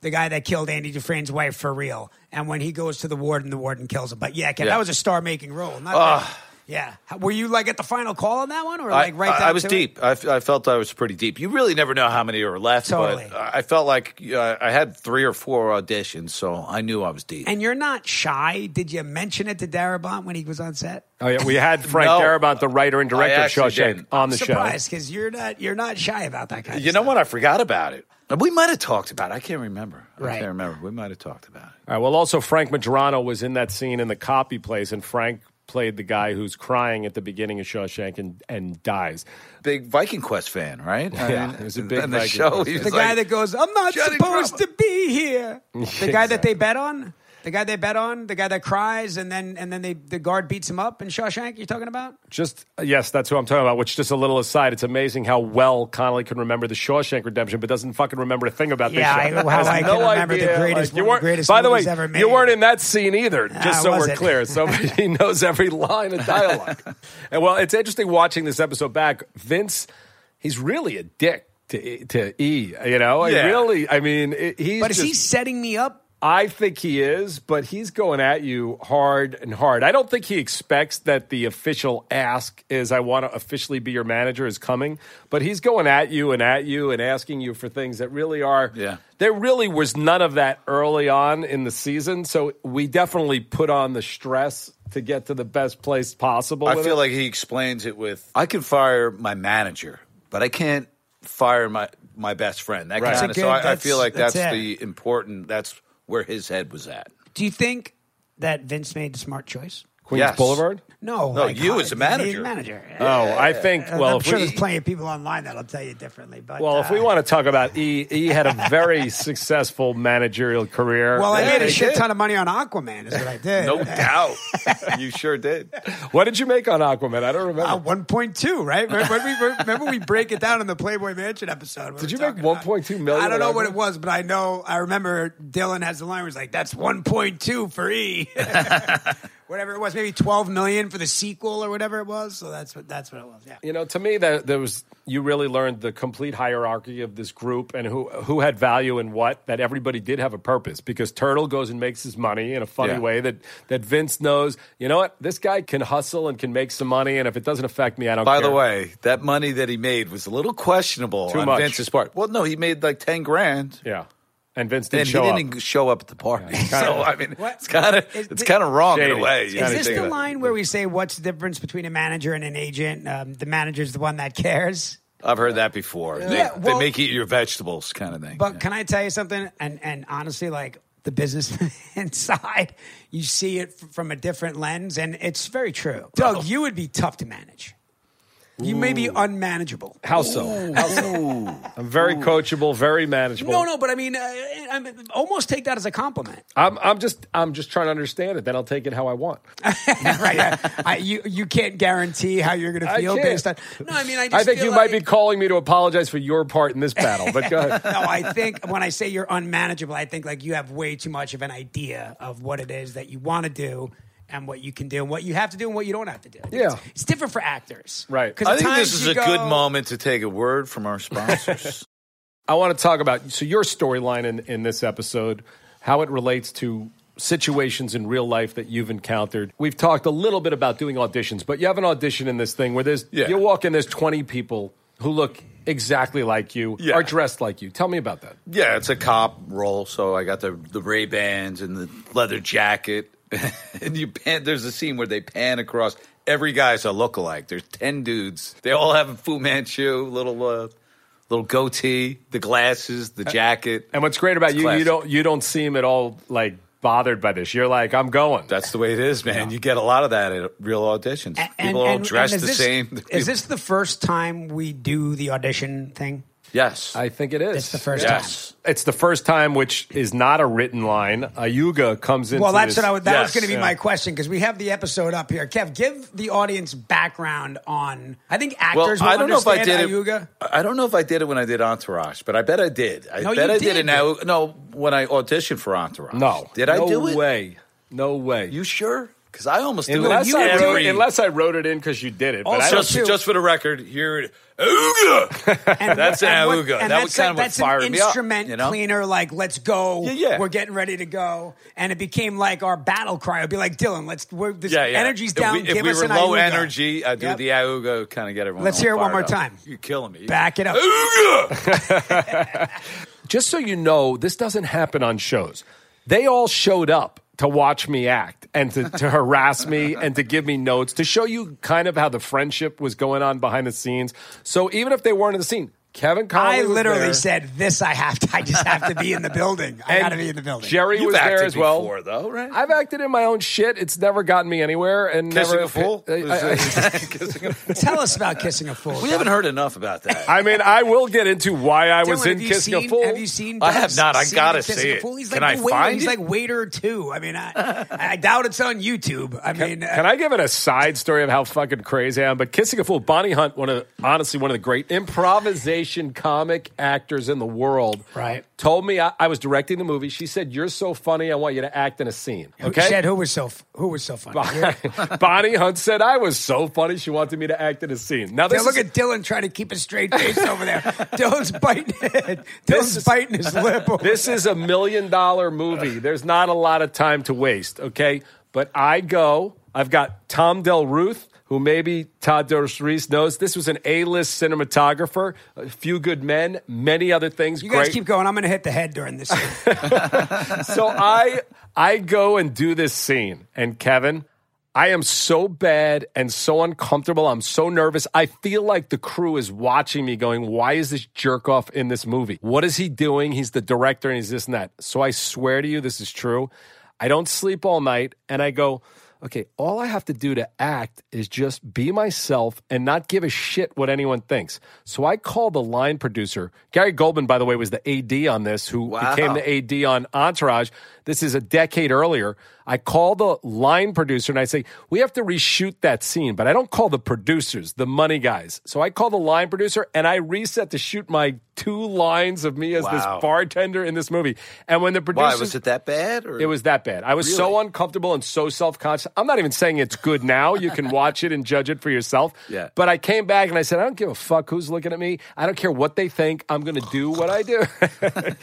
the guy that killed Andy Dufresne's wife for real. And when he goes to the warden, the warden kills him. But yeah, Ken,
Yeah.
that was a star making role. Not bad. yeah. How- Were you like at the final call on that one or
I-
like right
I,
down
I was
to it?
deep. I, f- I felt I was pretty deep. You really never know how many are left,
Totally.
but I I felt like uh, I had three or four auditions, so I knew I was deep.
And you're not shy. Did you mention it to Darabont when he was on set?
oh yeah, we had Frank
No.
Darabont, the writer and director
I
of
actually
Shawshank,
didn't.
on the
Surprised because you're not you're not shy about that kind. of
you know
stuff.
what? I forgot about it. We might have talked about it. I can't remember.
Right.
I can't remember. We might have talked about it.
show. All right. Well, also Frank Madrano was in that scene in the copy place, and Frank played the guy who's crying at the beginning of Shawshank and, and dies.
Big Viking Quest fan, right?
Yeah, he was a big
in the
Viking
show,
Quest
he
fan.
was
The guy
like-
that goes, I'm not
Johnny
supposed
Bravo."
to be here. The guy that they bet on? The guy they bet on? The guy that cries and then and then they the guard beats him up in Shawshank you're talking about?
Just yes, that's who I'm talking about. Which just a little aside, it's amazing how well Connolly can remember the Shawshank Redemption, but doesn't fucking remember a thing about this.
Yeah,
show.
I- how
Has
I can remember the greatest-
you
one
weren't-
of the greatest
By the way,
movies ever made.
you weren't in that scene either. Just
I
so we're
wasn't.
clear, somebody knows every line of dialogue. and well, it's interesting watching this episode back. Vince, he's really a dick to to E. You know, He
Yeah.
really. I mean, it, he's
But is he
just-
setting me up?
I think he is, but he's going at you hard and hard. I don't think he expects that the official ask is, I want to officially be your manager, is coming. But he's going at you and at you and asking you for things that really are.
Yeah.
There really was none of that early on in the season. So we definitely put on the stress to get to the best place possible.
I
with
feel
it.
like he explains it with I can fire my manager, but I can't fire my my best friend. That
That's
kind
a
of
good-
so I, I
that's-
feel like
that's
that's,
it.
the important. That's where his head was at.
Do you think that Vince made the smart choice?
Queens
Yes.
Boulevard?
No.
No,
like,
you as a
he's
manager.
manager.
Oh, I think,
Uh,
well,
I'm
if
sure
we,
there's plenty of people online that'll tell you differently. But
well, if we
uh,
want to talk about E, E had a very successful managerial career.
Well, I
Yeah,
made a
he
shit
did.
ton of money on Aquaman, is what I did.
No doubt, you sure did.
What did you make on Aquaman? I don't remember.
Uh, 1.2, right? Remember, when we, remember we break it down in the Playboy Mansion episode.
Did you make 1.2
1.2
million
I don't know
on
what
that?
it was, but I know I remember Dylan has the line where he's like, "That's 1.2 for E." whatever it was, maybe 12 million for the sequel or whatever it was. So that's what that's what it was. Yeah.
you know, to me, that there was you really learned the complete hierarchy of this group and who who had value and what. That everybody did have a purpose because Turtle goes and makes his money in a funny
Yeah.
way that that Vince knows. You know what? This guy can hustle and can make some money, and if it doesn't affect me, I don't.
By
care.
the way, that money that he made was a little questionable
Too
on
much.
Vince's part. Well, no, he made like ten grand,
yeah, and Vince didn't
and he
show up.
didn't show up at the party. so I mean,
What-
it's kind of
is
it's
thi-
kind of wrong in
Shady.
a way.
Is
you
Is
gotta
this
think
the
about it.
line where we say what's the difference between a manager and an agent? Um, the manager's the one that cares.
I've heard that before. They,
Yeah,
they
well-
make you eat your vegetables, kind of thing.
But
Yeah.
can I tell you something? And and honestly, like the business inside, you see it f- from a different lens, and it's very true. Doug, you would be tough to manage. You may be unmanageable.
How so? How so? I'm very coachable, very manageable.
No, no, but I mean, uh, I mean, almost take that as a compliment,
I'm, I'm just, I'm just trying to understand it. Then I'll take it how I want.
right? I, I, you you can't guarantee how you're going to
I
feel
can't.
based on. No, I mean, I just
I think
feel
you
like,
might be calling me to apologize for your part in this battle, but go ahead.
no, I think when I say you're unmanageable, I think like you have way too much of an idea of what it is that you want to do and what you can do and what you have to do and what you don't have to do. I think
Yeah.
It's, it's different for actors.
Right.
Because
I think this is a good
moment.
moment to take a word from our sponsors.
I want to talk about so your storyline in, in this episode, how it relates to situations in real life that you've encountered. We've talked a little bit about doing auditions, but you have an audition in this thing where there's
Yeah.
you walk in, there's 20 people who look exactly like you,
Yeah.
are dressed like you. Tell me about that.
yeah, it's a cop role, so I got the the Ray Bans and the leather jacket. and you pan, there's a scene where they pan across every guy's a lookalike. There's ten dudes. They all have a Fu Manchu, little uh, little goatee, the glasses, the jacket.
Uh,
And what's great about
It's
you, you
classic.
don't you don't seem at all like bothered by this. You're like, I'm going.
That's the way it is, man. You get a lot of that at real auditions.
A- and-
People all
and-
dress
and
the
is this-
same.
Is this the first time we do the audition thing?
Yes.
I think it is.
It's the first
Yeah.
time.
yes.
It's the first time, which is not a written line. Ayuga comes in.
Well, that's
this,
what I would, that was
Yes,
going to be
yeah.
my question because we have the episode up here. Kev, give the audience background on. I think
Well,
actors. will
I don't know if I did it.
understand Ayuga.
I don't know if I did it when I did Entourage, but I bet I did. I
No,
bet
you
I did
did.
it now. No, when I auditioned for Entourage.
No,
Did
no
I do it?
way. No way.
You sure? Because I almost did it.
unless,
You
I wrote,
every-
unless I wrote it in because you did it. But I
Also-
don't,
just,
too.
just for the record, here, Ooga!
And-
that's an
and what-
Ayuga.
and
That
that's
was kind
like-
of what
that's an
fired me up,
instrument
you know?
cleaner, like, let's go.
Yeah, yeah.
We're getting ready to go. And it became like our battle cry. It'd be like, Dylan, let's, we're, this energy's down.
If we, if
give
we
us
were
an
low
Ayuga.
energy, I do
Yep.
the Iuga, kind of get everyone.
Let's
all
hear it one
fired
more
up.
time.
You're killing me.
Back it up.
Ooga!
just so you know, this doesn't happen on shows. They all showed up to watch me act and to, to harass me and to give me notes to show you kind of how the friendship was going on behind the scenes. So even if they weren't in the scene, Kevin Conley
I
was
literally
there,
said, "This I have to. I just have to be in the building. I
and
got to be in the building."
Jerry
You've
was there
acted
as well.
before, though, right?
I've acted in my own shit. It's never gotten me anywhere. And
Kissing
never,
a fool.
I- I- I-
Kissing a fool.
Tell us about kissing a fool.
We haven't heard enough about that.
I mean, I will get into why I was
Dylan,
in
have you
Kissing
seen-
a Fool.
Have you seen?
I have
Dylan's
not. I
scene
gotta
in Kissing
see
a
it.
Fool? He's
Can
like
I
the waiter.
find
He's
it?
like waiter too. I mean, I, I doubt it's on YouTube. I mean, uh,
Can I give it a side story of how fucking crazy I am? But Kissing a Fool, Bonnie Hunt, one of the- honestly one of the great improvisation comic actors in the world,
Right.
Told me I, I was directing the movie. She said, "You're so funny. I want you to act in a scene."
Who-
Okay.
Shed, who was so f- who was so funny?
Bonnie Hunt said I was so funny. She wanted me to act in a scene. Now
Now,
this
look
is,
at Dylan trying to keep a straight face over there. Dylan's biting. Dylan's
is-
biting his lip. Over
This
there.
is a million dollar movie. There's not a lot of time to waste, okay? But I go, I've got Tom Del Ruth, who maybe Todd Doris Reese knows. This was an A list cinematographer, a few good men, many other things.
You guys
Great.
keep going. I'm going to hit the head during this. scene.
so I I go and do this scene, and Kevin, I am so bad and so uncomfortable. I'm so nervous. I feel like the crew is watching me, going, "Why is this jerk off in this movie? What is he doing? He's the director, and he's this and that." So I swear to you, this is true. I don't sleep all night, and I go. Okay, all I have to do to act is just be myself and not give a shit what anyone thinks. So I call the line producer. Gary Goldman, by the way, was the AD on this, who
Wow.
became the AD on Entourage. This is a decade earlier. I call the line producer and I say, We have to reshoot that scene, but I don't call the producers, the money guys. So I call the line producer and I reset to shoot my two lines of me as
Wow.
this bartender in this movie. And when the producers.
Why was it that bad? Or
It was that bad. I was so uncomfortable and so self conscious. I'm not even saying it's good now. You can watch it and judge it for yourself.
Yeah.
But I came back and I said, I don't give a fuck who's looking at me. I don't care what they think. I'm going to do what I do. Fucking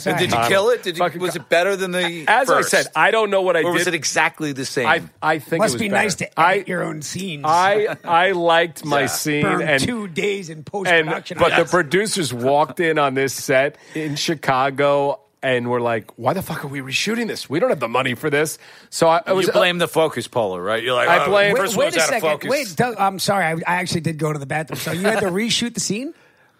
Sorry.
Did you
Connor.
kill it? Did you,
Fucking
was
Con-
it better than the?
As
first?
I said, I don't know what I
or
did.
was it exactly the same?
I, I think it
Must
was
be
better.
nice to edit
I,
your own scenes.
I I liked my
Yeah.
scene
Burn
and
two days in post
and
production.
but the producers walked in on this set in Chicago and were like, "Why the fuck are we reshooting this? We don't have the money for this." So I it was uh,
you blame the focus puller, right? You're like,
I
oh,
blame-
First
wait
one's
a
out
second.
Of focus.
Wait, Doug, I'm sorry. I, I actually did go to the bathroom. So you had to reshoot the scene?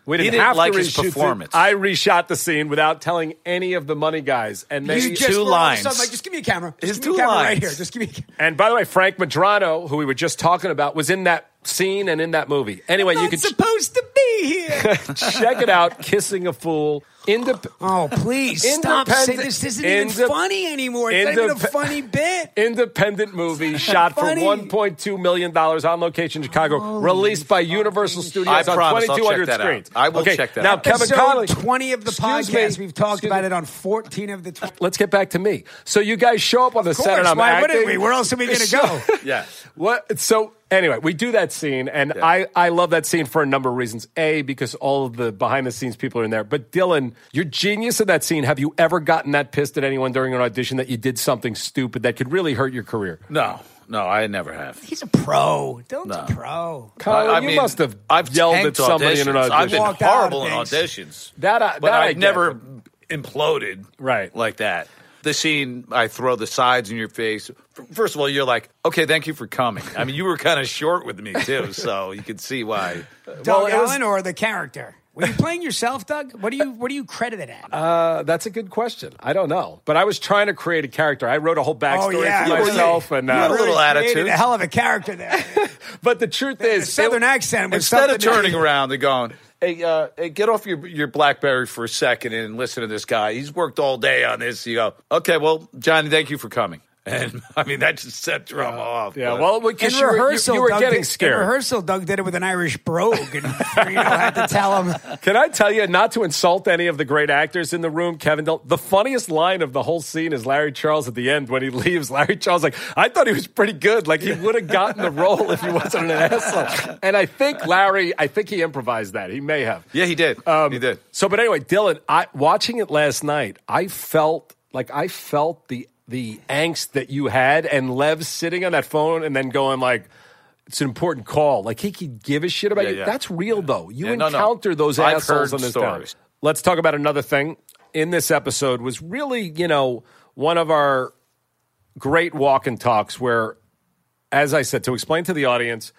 We
He
didn't,
didn't
have
like
to
his
reshoot it.
performance.
I reshot the scene without telling any of the money guys, and they
you just
two
were all of a sudden
lines.
like, just give me a camera. Just
His
give
two
me a camera right
lines.
here. Just give me. A camera.
And by the way, Frank Madrano, who we were just talking about, was in that scene and in that movie. Anyway, you
Not
can ch-
supposed to be here.
check it out. Kissing a fool. Indep-
oh, please stop
Independent-
saying this. Isn't even
indep-
funny anymore. It's not even a
indep-
funny bit.
Independent movie shot for
funny.
$1.2 million on location in Chicago, released by Universal Studios
I
on
promise I'll check
2,200
that out.
screens.
I will
okay,
check that
now
out.
Kevin
Episode
Connolly.
20 of the
Excuse me.
podcast. We've talked
Excuse
about
me.
it on 14 of the 20.
Let's get back to me. So you guys show up on the set, and I'm
Why
acting.
wouldn't we? Where else are we going to go?
Yeah.
What? So anyway, we do that scene, and
Yeah.
I I love that scene for a number of reasons. A because all of the behind the scenes people are in there. But Dylan, you're genius in that scene. Have you ever gotten that pissed at anyone during an audition that you did something stupid that could really hurt your career?
No, no, I never have.
He's a pro. Dylan's
No.
a pro.
Colin,
I- I
you
mean,
must have
I've
yelled at
tanked
somebody in an
auditions.
audition.
I've been
Walked out
horrible in
of
auditions.
That I-
but
that I
I've
get.
never imploded
Right.
like that. The scene, I throw the sides in your face. F- First of all, you're like, okay, thank you for coming. I mean, you were kind of short with me too, so you could see why.
Doug
it was-
Allen or the character? Were you playing yourself, Doug? What do you What are you credited at?
Uh, that's a good question. I don't know, but I was trying to create a character. I wrote a whole backstory
Oh, yeah.
for
You were-
myself, and
you
uh,
were a little
created
attitude.
A hell of a character there.
but the truth
The
is, it-
southern accent was
Instead of
something
turning around and going, hey, uh, hey, get off your, your Blackberry for a second and listen to this guy. He's worked all day on this. You go, okay, well, Johnny, thank you for coming. And I mean, that just set drama off.
yeah,
but-
well,
In
because you, were- you-
rehearsal,
you were
Doug
getting
did,
scared.
In rehearsal, Doug did it with an Irish brogue, and Reno had to tell him.
Can I tell you, not to insult any of the great actors in the room, Kevin Del, the funniest line of the whole scene is Larry Charles at the end when he leaves. Larry Charles, like, I thought he was pretty good. Like, he would have gotten the role if he wasn't an asshole. And I think Larry, I think he improvised that. He may have.
yeah, he did.
Um,
he did.
So, but anyway, Dylan, I, watching it last night, I felt like I felt the the angst that you had, and Lev sitting on that phone and then going like. It's an important call. Like he could give a shit about
Yeah,
you.
yeah.
That's real, though. You
Yeah, no, no.
encounter those
I've
assholes
heard
on this town.
stories.
Let's talk about another thing. In this episode was really, you know, one of our great walk and talks where as I said, to explain to the audience,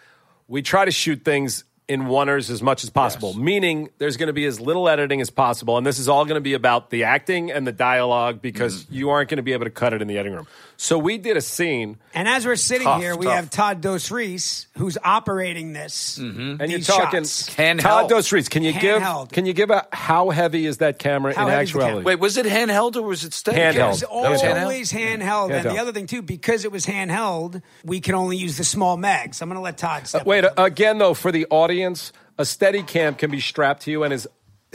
we try to shoot things in oneers as much as possible, meaning there's going to be as little editing as possible. And this is all going to be about the acting and the dialogue because you aren't going to be able to cut it in the editing room. So we did a scene.
And as we're sitting
Tough,
here, we
tough.
have Todd Dos Reese, who's operating this.
Mm-hmm.
And
These
you're talking
shots.
Handheld.
Todd Dos Reese, can you
Handheld.
give can you give a how heavy is that camera
How
in
heavy is the
actuality?
camera?
Wait, was it handheld or was it steady?
Handheld.
It was
That was handheld?
always handheld. And
Handheld.
the other thing, too, because it was handheld, we can only use the small mags. I'm going to let Todd step
Wait, uh, again, though, for the audience, a steady cam can be strapped to you and is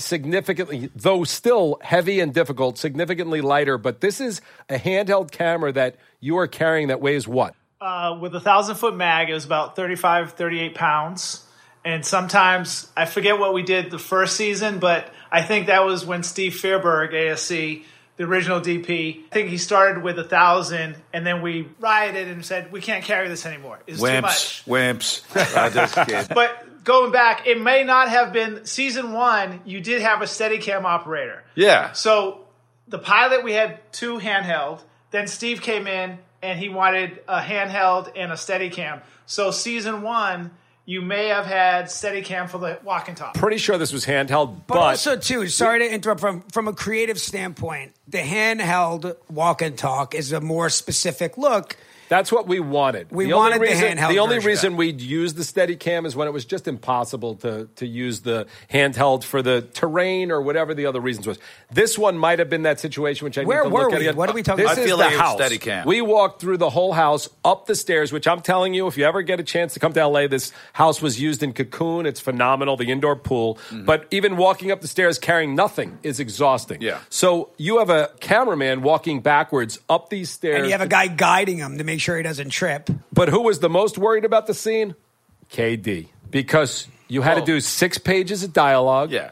significantly, though still heavy and difficult, significantly lighter. But this is a handheld camera that you are carrying that weighs what?
Uh, with a thousand foot mag, it was about 35, 38 pounds. And sometimes I forget what we did the first season, but I think that was when Steve Fairberg, ASC, the original DP, I think he started with a thousand, and then we rioted and said we can't carry this anymore. It's too much.
Wimps. Wimps. I just kid.
But going back, it may not have been season one. You did have a Steadicam operator.
Yeah.
So the pilot, we had two handheld. Then Steve came in and he wanted a handheld and a Steadicam. So season one, you may have had Steadicam for the walk and talk.
Pretty sure this was handheld, but,
But, also too, sorry to interrupt. From from a creative standpoint, the handheld walk and talk is a more specific look.
that's what we wanted.
We
the only
wanted the
reason,
handheld
The only
version.
reason we'd use the steady cam is when it was just impossible to, to use the handheld for the terrain or whatever the other reasons was. This one might have been that situation, which I
Where
need to
were
look at
we?
again.
What are we talking
This
about? I
is
feel
the
like it was
house.
Steadicam.
We walked through the whole house up the stairs, which I'm telling you, if you ever get a chance to come to LA, this house was used in Cocoon. It's phenomenal, the indoor pool.
Mm-hmm.
But even walking up the stairs carrying nothing is exhausting.
Yeah.
So you have a cameraman walking backwards up these stairs.
And you have a guy guiding him to make sure he doesn't trip.
But who was the most worried about the scene? KD. Because you had
Oh.
to do six pages of dialogue.
Yeah.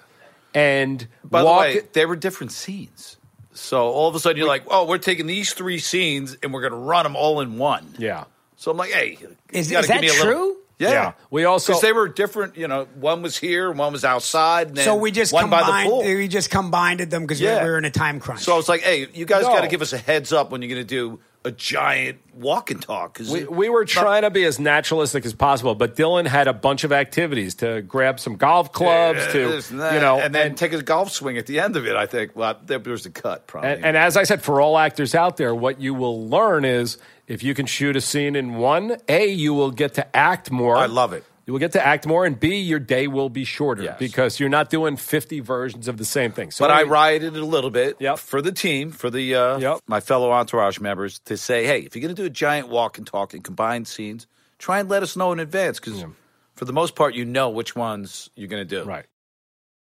And
By
walk
the way, they were different scenes. So all of a sudden you're like, oh, we're taking these three scenes and we're going to run them all in one.
Yeah.
So I'm like, hey, you
Is-
gotta give
is that
me a little-
true?
Yeah.
Yeah. We also-
because they were different. You know, one was here, one was outside. And then
so we just
one by the
combined.
pool.
we just combined them because
Yeah.
we were in a time crunch.
So I was like, hey, you guys
No.
got to give us a heads up when you're going to do a giant walk and talk. 'cause
We,
it-
we were
not-
trying to be as naturalistic as possible, but Dylan had a bunch of activities to grab some golf clubs,
Yeah,
to,
this and that,
you know,
and then take a golf swing at the end of it. I think. Well, there was a cut probably.
And, and as I said, for all actors out there, what you will learn is if you can shoot a scene in one, A, you will get to act more.
I love it.
You will get to act more, and B, your day will be shorter
Yes.
because you're not doing 50 versions of the same thing. So
but I
anyway,
rioted a little bit
Yep.
for the team, for the uh,
Yep.
my fellow entourage members to say, hey, if you're going to do a giant walk and talk and combined scenes, try and let us know in advance because for the most part, you know which ones you're going to do.
Right.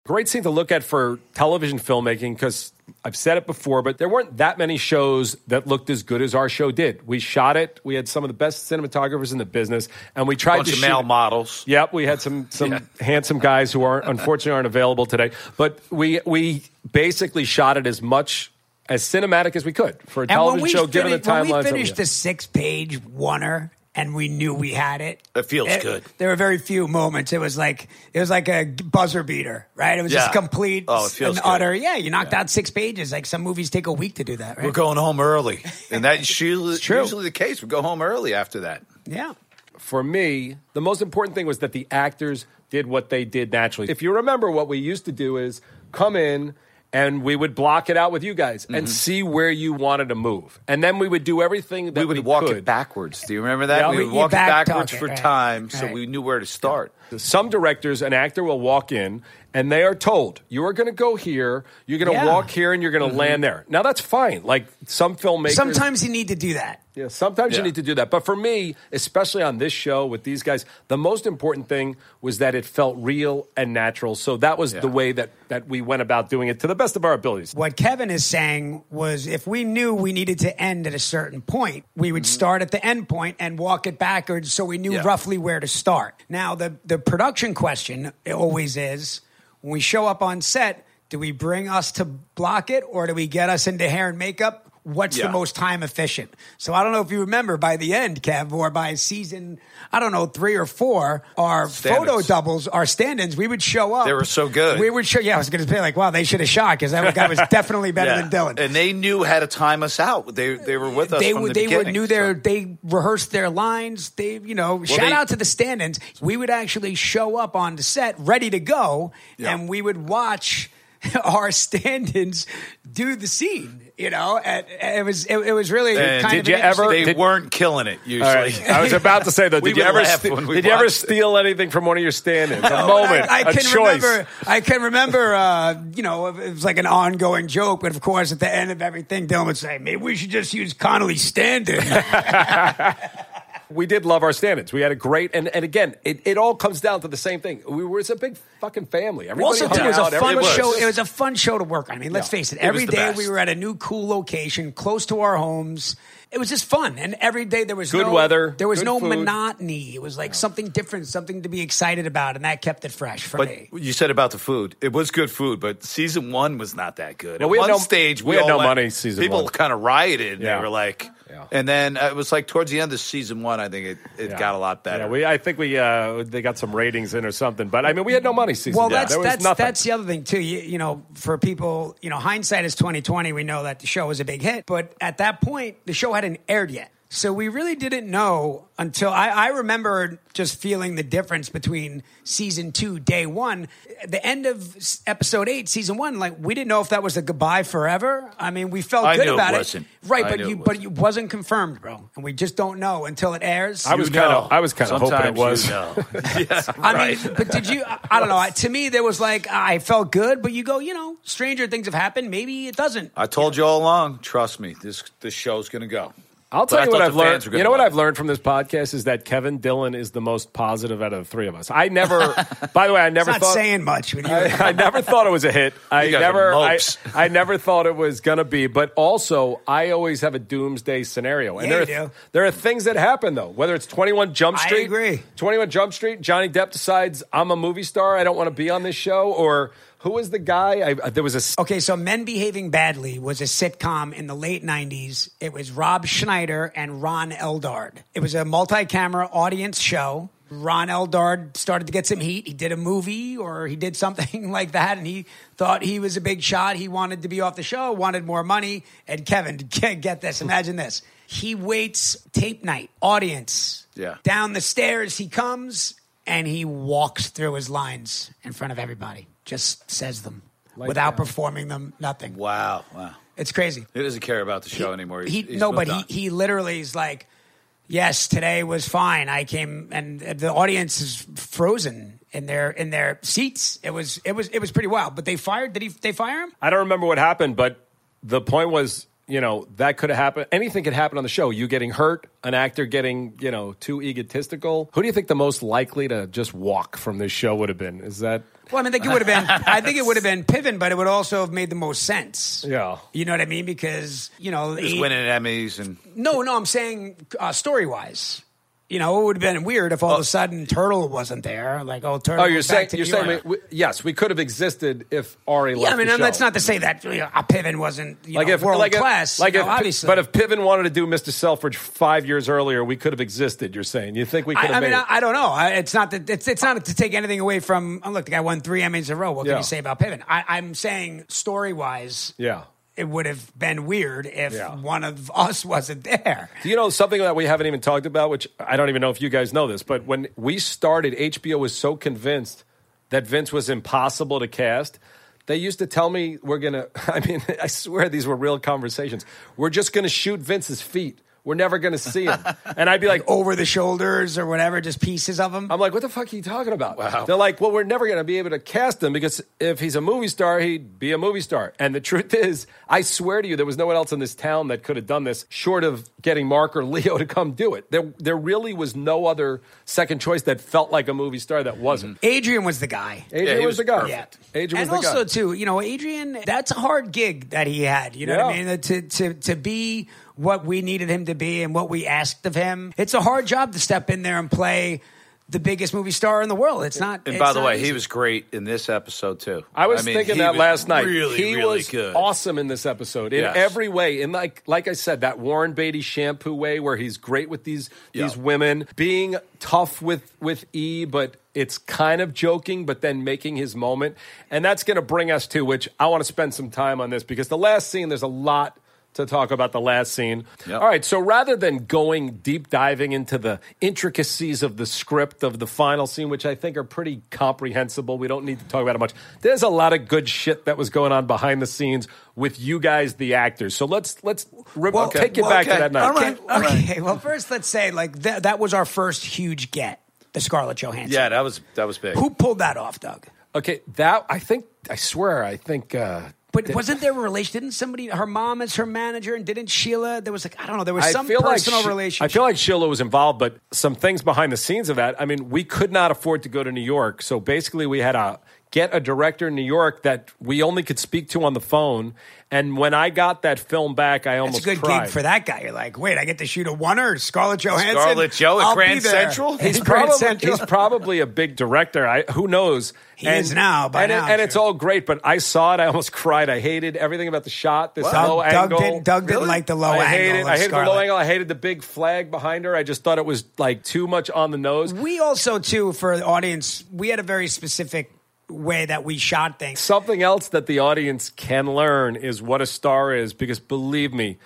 Great scene to look at for television filmmaking because I've said it before, but there weren't that many shows that looked as good as our show did. We shot it. We had some of the best cinematographers in the business, and we tried
Bunch
to
of
shoot
male
it-
models.
Yep, we had some some handsome guys who aren't unfortunately aren't available today, but we we basically shot it as much as cinematic as we could for a
and
television show,
fini-
given the timelines.
when we
that we
finished
had.
the six page oneer and we knew we had it.
It feels good.
There were very few moments. It was like it was like a buzzer beater, right? It was just
Yeah.
complete
Oh, it feels
and
good.
utter. Yeah, you knocked out six pages. Like some movies take a week to do that, right?
We're going home early, and that's usually,
true.
usually the case. We go home early after that.
yeah.
for me, the most important thing was that the actors did what they did naturally. If you remember, what we used to do is come in and we would block it out with you guys
Mm-hmm.
and see where you wanted to move. And then we would do everything that
we
we,
would walk
could.
it backwards. Do you remember that?
Yeah,
we
we-
would
you
walk
back
it backwards
talk it,
for
right,
time, so
right.
we knew where to start.
Some directors, an actor will walk in and they are told, you are going to go here, you're going to
Yeah.
walk here, and you're
Mm-hmm.
going to land there. Now, that's fine. Like some filmmakers.
Sometimes you need to do that.
Yeah, sometimes you
Yeah.
need to do that. But for me, especially on this show with these guys, the most important thing was that it felt real and natural. So that was
Yeah.
the way that, that we went about doing it to the best of our abilities.
What Kevin is saying was if we knew we needed to end at a certain point, we would start at the end point and walk it backwards so we knew
Mm-hmm. Yeah.
roughly where to start. Now, the, the production question always is when we show up on set, do we bring us to block it or do we get us into hair and makeup? What's
Yeah.
the most time efficient? So I don't know if you remember by the end, Kev, or by season, I don't know, three or four, our photo
Stand-ins.
doubles, our stand ins, we would show up.
They were so good.
We would show, yeah, I was going to say, like, wow, they should have shot because that guy was definitely better
Yeah.
than Dylan.
And they knew how to time us out. They they were with us.
they
from
would,
the
they would
beginning,
knew their,
so-
they rehearsed their lines. They, you know, shout
they-
out to the stand-ins. We would actually show up on the set ready to go,
Yeah.
and we would watch our stand-ins do the scene. You know, and, and it was it, it was really
And
kind
did
of
you
an interesting-
ever-
They
did-
weren't killing it usually.
I was about to say though,
We
did you
would
ever
laugh
ste-
when we
did you ever
watched it.
steal anything from one of your stand-ins? A
Well,
moment,
I, I
a
can
choice.
remember. I can remember. Uh, you know, it was like an ongoing joke. But of course, at the end of everything, Dylan would say, "Maybe we should just use Connolly standing."
We did love our stand-ins. We had a great and, and again, it, it all comes down to the same thing. We were it's a big fucking family. Everybody
also,
hung
too, it was a
out,
fun
everybody-
show. It was a fun show to work on. I mean, let's face
It
it.
was
Every
the
day
best.
we were at a new cool location, close to our homes. It was just fun, and every day there was
Good
no,
weather,
There was
good
no
food.
monotony. It was like something different, something to be excited about, and that kept it fresh for
But
me.
you said about the food. It was good food, but season one was not that good.
Well, we
At
had
one
no-
stage,
we had
all
no
went-
money season
People
one.
kind of rioted. And
Yeah.
They were like,
Yeah.
and then uh, it was like towards the end of season one. I think it, it got a lot better.
Yeah, we, I think we uh, they got some ratings in or something. But I mean, we had no money season.
Well,
one.
that's
There was
that's
nothing.
that's the other thing too. You, you know, for people, you know, hindsight is twenty twenty. We know that the show was a big hit, but at that point, the show hadn't aired yet, so we really didn't know until I, I remember just feeling the difference between season two, day one, the end of s- episode eight, season one. Like we didn't know if that was a goodbye forever. I mean, we felt
I
good
knew it
about
wasn't.
right?
I
but
knew
you,
it
but it wasn't confirmed, bro, and we just don't know until it airs.
I was
You know.
kind of I was kind of hoping it
Sometimes you
was.
know. yeah,
I
right.
mean, but did you? I, I don't know. I- To me, there was like I felt good, but you go, you know, stranger things have happened. Maybe it doesn't.
I told you all along. Trust me, this this show's going to go.
I'll
But
tell
I
you what
thought
I've
the fans
learned.
were
You
gonna
know what
love
I've
it.
learned from this podcast is that Kevin Dillon is the most positive out of the three of us. I never. by the way, I
It's
never
not
thought.
saying much. When you,
I, I never thought it was a hit. I
You guys are
never, I,
mopes.
I never thought it was gonna be. But also, I always have a doomsday scenario, and
Yeah,
there
you
are
do.
there are things that happen though. Whether it's Twenty One Jump
I
Street,
agree.
Twenty One Jump Street, Johnny Depp decides I'm a movie star. I don't want to be on this show. Or who is the guy? I, there was a
okay, so Men Behaving Badly was a sitcom in the late '90s. It was Rob Schneider and Ron Eldard. It was a multi-camera audience show. Ron Eldard started to get some heat. He did a movie or he did something like that, and he thought he was a big shot. He wanted to be off the show, wanted more money. And Kevin, get get this. Imagine this. He waits tape night, audience.
Yeah.
Down the stairs he comes and he walks through his lines in front of everybody. Just says them without performing them, nothing.
Wow, wow.
It's crazy.
He doesn't care about the show anymore. He's,
He,
he's
no,
moved
but
on.
he, he literally is like, yes, today was fine. I came and the audience is frozen in their in their seats. It was it was it was pretty wild. But they fired. Did he? They fire him?
I don't remember what happened, but the point was, you know, that could have happened. Anything could happen on the show. You getting hurt, an actor getting, you know, too egotistical. Who do you think the most likely to just walk from this show would have been? Is that
Well, I mean, I think it would have been. I think it would have been Piven, but it would also have made the most sense.
Yeah.
you know what I mean? Because you know,
He's
he-
winning Emmys and
No, no, I'm saying uh, story wise. You know, it would have been weird if all of a sudden Turtle wasn't there. Like, oh, Turtle.
Oh, you're
was
saying
back to
you're
New
saying
York.
we, we- yes, we could have existed if Ari left
yeah, I mean,
the
and
show.
that's not to say that you know, a Piven wasn't you know, world
like
class.
if, like
you
if,
know, obviously.
but if Piven wanted to do Mr. Selfridge five years earlier, we could have existed. You're saying you think we could
I,
have
I mean,
made
I,
it?
I don't know. I, it's not that it's it's not to take anything away from. Oh, look, the guy won three Emmys in a row. What
Yeah.
can you say about Piven? I, I'm saying story wise,
yeah.
it would have been weird if one of us wasn't there.
Do you know something that we haven't even talked about, which I don't even know if you guys know this, but when we started, HBO was so convinced that Vince was impossible to cast. They used to tell me we're gonna. I mean, I swear these were real conversations. We're just gonna shoot Vince's feet. We're never gonna see him. And I'd be like,
Over the shoulders or whatever, just pieces of them.
I'm like, what the fuck are you talking about? They're like, well, we're never going to be able to cast him because if he's a movie star, he'd be a movie star. And the truth is, I swear to you, there was no one else in this town that could have done this short of getting Mark or Leo to come do it. There, there really was no other second choice that felt like a movie star that wasn't.
Adrian was the guy.
Adrian
Mm-hmm. he
was,
was
the guy.
Yeah.
Adrian
and
was the
also
guy.
too, you know, Adrian, that's a hard gig that he had. You know what I
Yeah.
mean? To to to be what we needed him to be and what we asked of him. It's a hard job to step in there and play the biggest movie star in the world. It's not.
And
it's
by the
not
way,
easy.
he was great in this episode too.
I was
mean,
thinking
he
that
was
last night.
Really,
he
really
was
good.
awesome in this episode in
Yes.
every way. In like, like I said, that Warren Beatty shampoo way, where he's great with these these
Yeah.
women, being tough with with E, but it's kind of joking, but then making his moment, and that's going to bring us to which I want to spend some time on this because the last scene, there's a lot. To talk about the last scene.
Yep.
All right, so rather than going deep diving into the intricacies of the script of the final scene, which I think are pretty comprehensible, we don't need to talk about it much. There's a lot of good shit that was going on behind the scenes with you guys, the actors. So let's let's re-
Well,
take it
well,
back
okay.
to that night.
All right.
Okay, okay, well, first let's say like that. That was our first huge get, the Scarlett Johansson.
Yeah, that was that was big.
Who pulled that off, Doug?
Okay, that I think I swear I think uh,
But wasn't there a relation? Didn't somebody? Her mom is her manager, and didn't Sheila? There was like I don't know. There was
I
some
feel like
personal
Sh-
relationship.
I feel like Sheila was involved, but some things behind the scenes of that. I mean, we could not afford to go to New York, so basically we had to get a director in New York that we only could speak to on the phone. And when I got that film back, I
It's a
almost
good
cried.
gig for that guy. You're like, wait, I get to shoot a one or Scarlett Johansson.
Scarlett Jo at
I'll be
Grand
there.
Central?
At
He's
Grand
probably,
Central.
he's probably a big director. I, who knows?
He is now, by
and, it-
now, I'm
and it's
sure.
all great. But I saw it. I almost cried. I hated everything about the shot. This
Doug,
low
Doug
angle.
didn't, Doug didn't like the low
I
angle.
hated,
of
I hated the low
Scarlett.
angle. I hated the big flag behind her. I just thought it was like too much on the nose.
We also, too, for the audience, we had a very specific way that we shot things.
Something else that the audience can learn is what a star is, because believe me,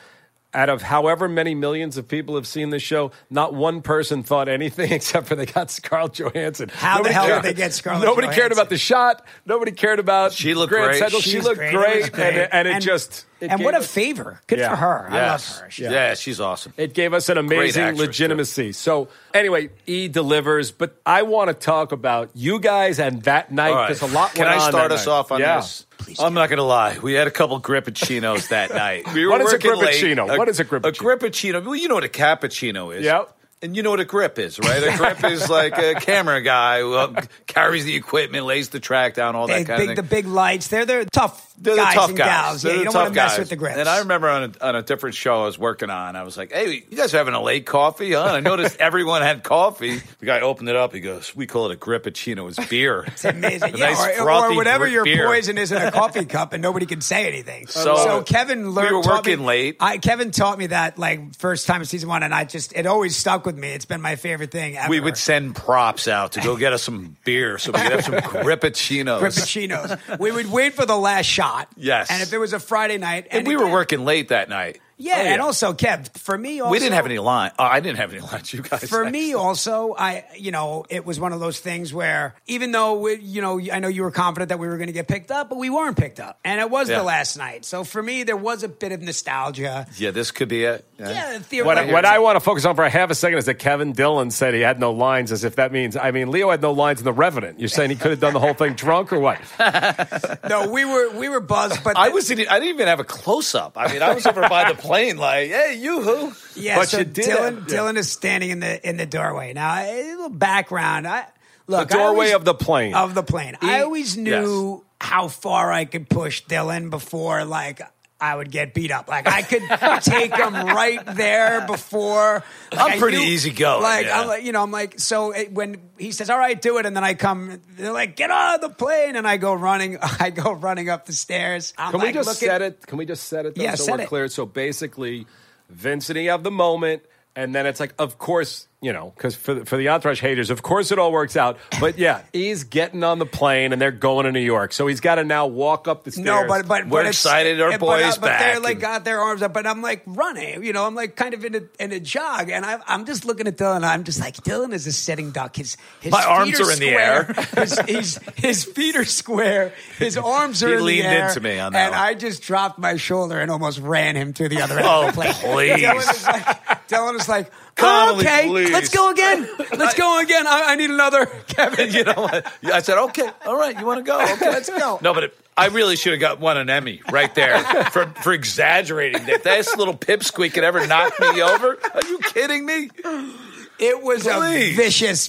out of however many millions of people have seen this show, not one person thought anything except for they got Scarlett Johansson.
How the hell did they get Scarlett
Nobody cared
Johansson?
about the shot. Nobody cared about
She looked
Grand
great.
Central.
She
She,
was
looked
great.
great,
It was
And,
great.
it- and it
And-
just it
and
gave
what a
us-
favor. Good
Yeah.
for her. I
yes.
love her. She-
Yeah. she's awesome.
It gave us an amazing
actress, too.
legitimacy. So anyway, E delivers, but I want to talk about you guys and that night
All right.
because a lot.
Can
went
I
on
start
that
us
night.
off on
Yeah.
this? I'm not gonna lie. We had a couple grippuccinos that night. We
What is a
working late.
grippuccino? What is a grippuccino?
A grippuccino. Well, you know what a cappuccino is.
Yep.
And you know what a grip is, right? A grip is like a camera guy who uh, carries the equipment, lays the track down, all
They,
that kind
big,
of
the
thing.
big lights. They're, they're tough
They're the
guys
tough
and
guys.
gals.
They're
yeah,
the
you don't
tough
want to mess
guys.
with the grips.
And I remember on a, on a different show I was working on, I was like, "Hey, you guys are having a late coffee, huh?" And I noticed everyone had coffee. The guy opened it up. He goes, "We call it a grippuccino. It's beer."
It's amazing.
A
Yeah,
nice
or, or
frothy
whatever your
beer.
poison is in a coffee cup and nobody can say anything. So,
So-
Kevin learned.
We were
taught me-
working late.
I, Kevin taught me that like first time in season one, and I just it always stuck with me. It's been my favorite thing ever.
We would send props out to go get us some beer so we could have some grippuccinos.
Frappuccinos. we would wait for the last shot.
Yes.
And if it was a Friday night,
And we were
again-
working late that night.
Yeah,
Oh,
and also Kev, for me, also,
we didn't have any line. Oh, I didn't have any lines. You guys,
For me, also, I you know, it was one of those things where even though we, you know, I know you were confident that we were going to get picked up, but we weren't picked up, and it was
Yeah.
the last night. So for me, there was a bit of nostalgia.
yeah, this could be it.
Yeah,
What, I-
theoretically.
what I want to focus on for a half a second is that Kevin Dillon said he had no lines, as if that means, I mean, Leo had no lines in The Revenant. You're saying he could have done the whole thing drunk or what?
no, we were we were buzzed, but
I was. In, I didn't even have a close up. I mean, I was over by the plane, like, "Hey, you who?"
yeah.
but
so
you did
Dylan,
have- yeah.
Dylan is standing in the in the doorway now. A little background. I
The
look I
doorway
always-
of the plane.
of the plane. I always knew how far I could push Dylan before like I would get beat up. Like I could take him right there before. like,
I'm
I
pretty
knew-
easygoing,
Like
yeah.
I'm, like, you know, I'm like so it, when he says, "All right, do it," and then I come, they're like, "Get out of the plane," and I go running. I go running up the stairs. I'm
Can
like,
we just
looking-
set it? Can we just set it? Though,
Yeah,
so
set
we're
it.
clear. So basically, Vince and he have the moment. And then it's like, of course, you know, because for, the- for the Entourage haters, of course it all works out. But yeah, he's getting on the plane and they're going to New York. So he's got to now walk up the stairs.
No, but but
We're
but it's-
excited our
but,
boy's
uh, but they're
back
like
and-
got their arms up, but I'm like running. You know, I'm like kind of in a in a jog, and I, I'm just looking at Dylan. and I'm just like Dylan is a sitting duck. His his
My
feet
arms are in the
square.
air.
his, his his feet are square. His arms are
He
in
leaned
the air.
into me on that
and
one.
I just dropped my shoulder and almost ran him to the other end.
Oh,
of the plane.
please.
Dylan is like, Dylan is like
Connolly,
okay,
please."
let's go again. Let's go again. I, I need another Kevin.
you know, what? I said, okay, all right, you want to go? Okay, let's
go.
No, but it, I really should have got one an Emmy right there for for exaggerating that. This little pipsqueak could ever knock me over? Are you kidding me?
It was
Please.
a vicious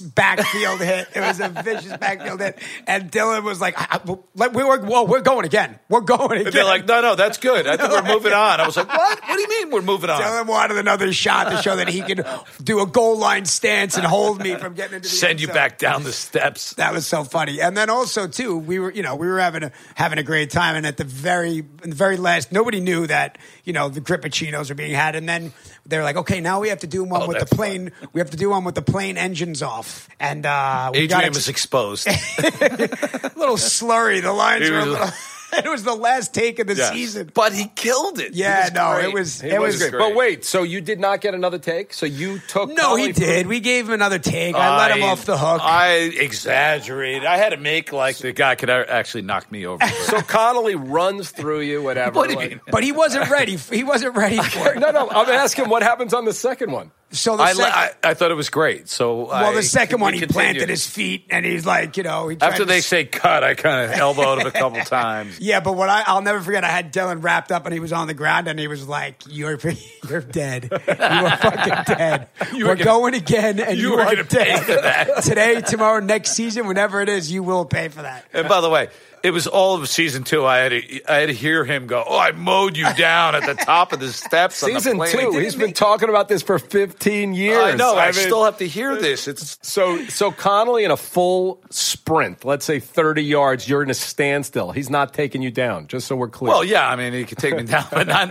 backfield hit. It was a vicious backfield hit, and Dylan was like, I, I- like, "We were, whoa, we're going again. We're going again."
And they're like, no, no, that's good. I think we're moving on. I was like, what? What do you mean we're moving on?
Dylan wanted another shot to show that he could do a goal line stance and hold me from getting into the end
Send you
zone.
back down the steps.
That was so funny. And then also too, we were you know we were having a having a great time, and at the very in the very last, nobody knew that you know the grippuccinos were being had, and then they're like, okay, now we have to do one with the
Oh, that's
plane. We have to do one with the plane engines off, and uh, we got
Adrian was exposed.
little slurry. The lines
He
were. A
was-
little, it was the last take of the
Yeah.
season.
But he killed it. He
Yeah,
was
no,
great.
it was
He
it was.
great. But wait, so you did not get another take? So you took.
No, he
Colin for-
did. We gave him another take. I, let him off the hook.
I exaggerated. I had to make like the guy could actually knock me over.
So Connolly runs through you, whatever.
What do you
like-
mean?
but he wasn't ready. He wasn't ready for it.
No, no, I'm asking what happens on the second one.
So the
I,
second,
I, I thought it was great. So
well,
I-
the second
we
one, he
continued.
planted his feet, and he's like, you know, he tried
After
to-
they say cut, I kind of elbowed him a couple times.
Yeah, but what I, I'll never forget, I had Dylan wrapped up and he was on the ground and he was like, You're, you're dead. You are fucking dead.
were
we're
gonna-
going again and
you
you,
were
are
gonna pay
dead.
for that.
Today, tomorrow, next season, whenever it is, you will pay for that.
And by the way, it was all of season two. I had to, I had to hear him go, "Oh, I mowed you down at the top of the steps."
Season
on the plane.
two. He's been talking about this for 15 years.
I know. I,
mean-
still have to hear this. It's
So, so Connolly in a full sprint, let's say 30 yards, you're in a standstill. He's not taking you down, just so we're clear.
well, yeah. I mean, he could take me down, but not.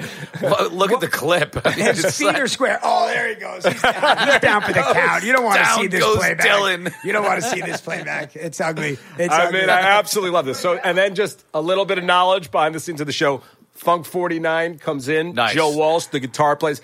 Look at the clip.
His
It's
feet
like-
are square. Oh, there he goes. He's down, He's down for the count. You don't want to
Down
see this
goes
playback.
Dylan.
You don't want to see this playback. It's ugly. It's
I
ugly.
mean, I absolutely love this. So, and then just a little bit of knowledge behind the scenes of the show. Funk 49 comes in.
Nice.
Joe Walsh, the guitar plays.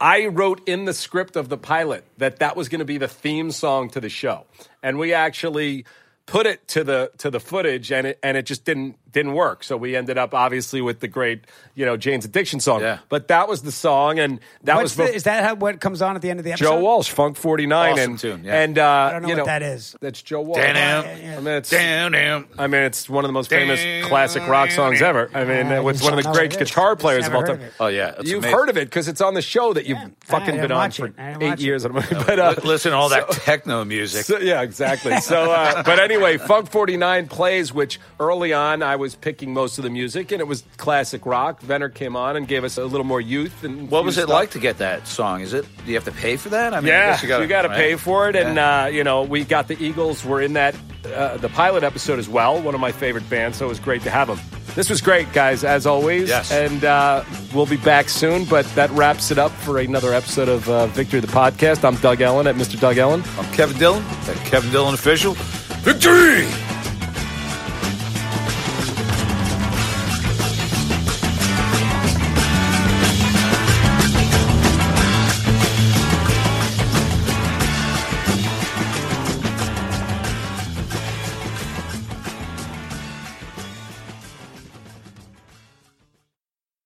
I wrote in the script of the pilot that that was going to be the theme song to the show, and we actually put it to the to the footage, and it and it just didn't didn't work. So we ended up obviously with the great you know Jane's Addiction song.
Yeah.
But that was the song, and that
What's
was
the, is that how, what comes on at the end of the episode?
Joe Walsh, Funk 49,
Awesome
and
tune, yeah.
and uh,
I don't know
you
what that is.
That's Joe Walsh.
Damn.
I mean, it's
Damn, damn.
I mean, it's one of the most famous classic rock songs ever. I mean,
Uh,
it's one of the
no,
great
it is.
guitar players of
Never
all
heard
time.
of it.
Oh yeah, it's
You've
amazing.
heard of it because it's on the show that you've
I
fucking
didn't
been on
watch
for
it. I didn't
eight
watch it.
years. I don't know, But uh,
Li- Listen to all that techno music.
so- yeah, exactly. So, uh, but anyway, Funk 49 plays, which early on I was picking most of the music, and it was classic rock. Venner came on and gave us a little more youth. And
What was
new
it
stuff.
like to get that song? Is it? Do you have to pay for that? I mean, I
Yeah,
guess you gotta,
got to
right?
pay for it, and
Yeah.
uh, you know we got the Eagles were in that uh, the pilot episode as well. One of my favorite bands, so it was great to have them. This was great, guys, as always.
Yes.
and uh, we'll be back soon. But that wraps it up for another episode of uh, Victory the podcast. I'm Doug Ellen at Mr. Doug Ellen.
I'm Kevin Dillon. That Kevin Dillon official. Victory.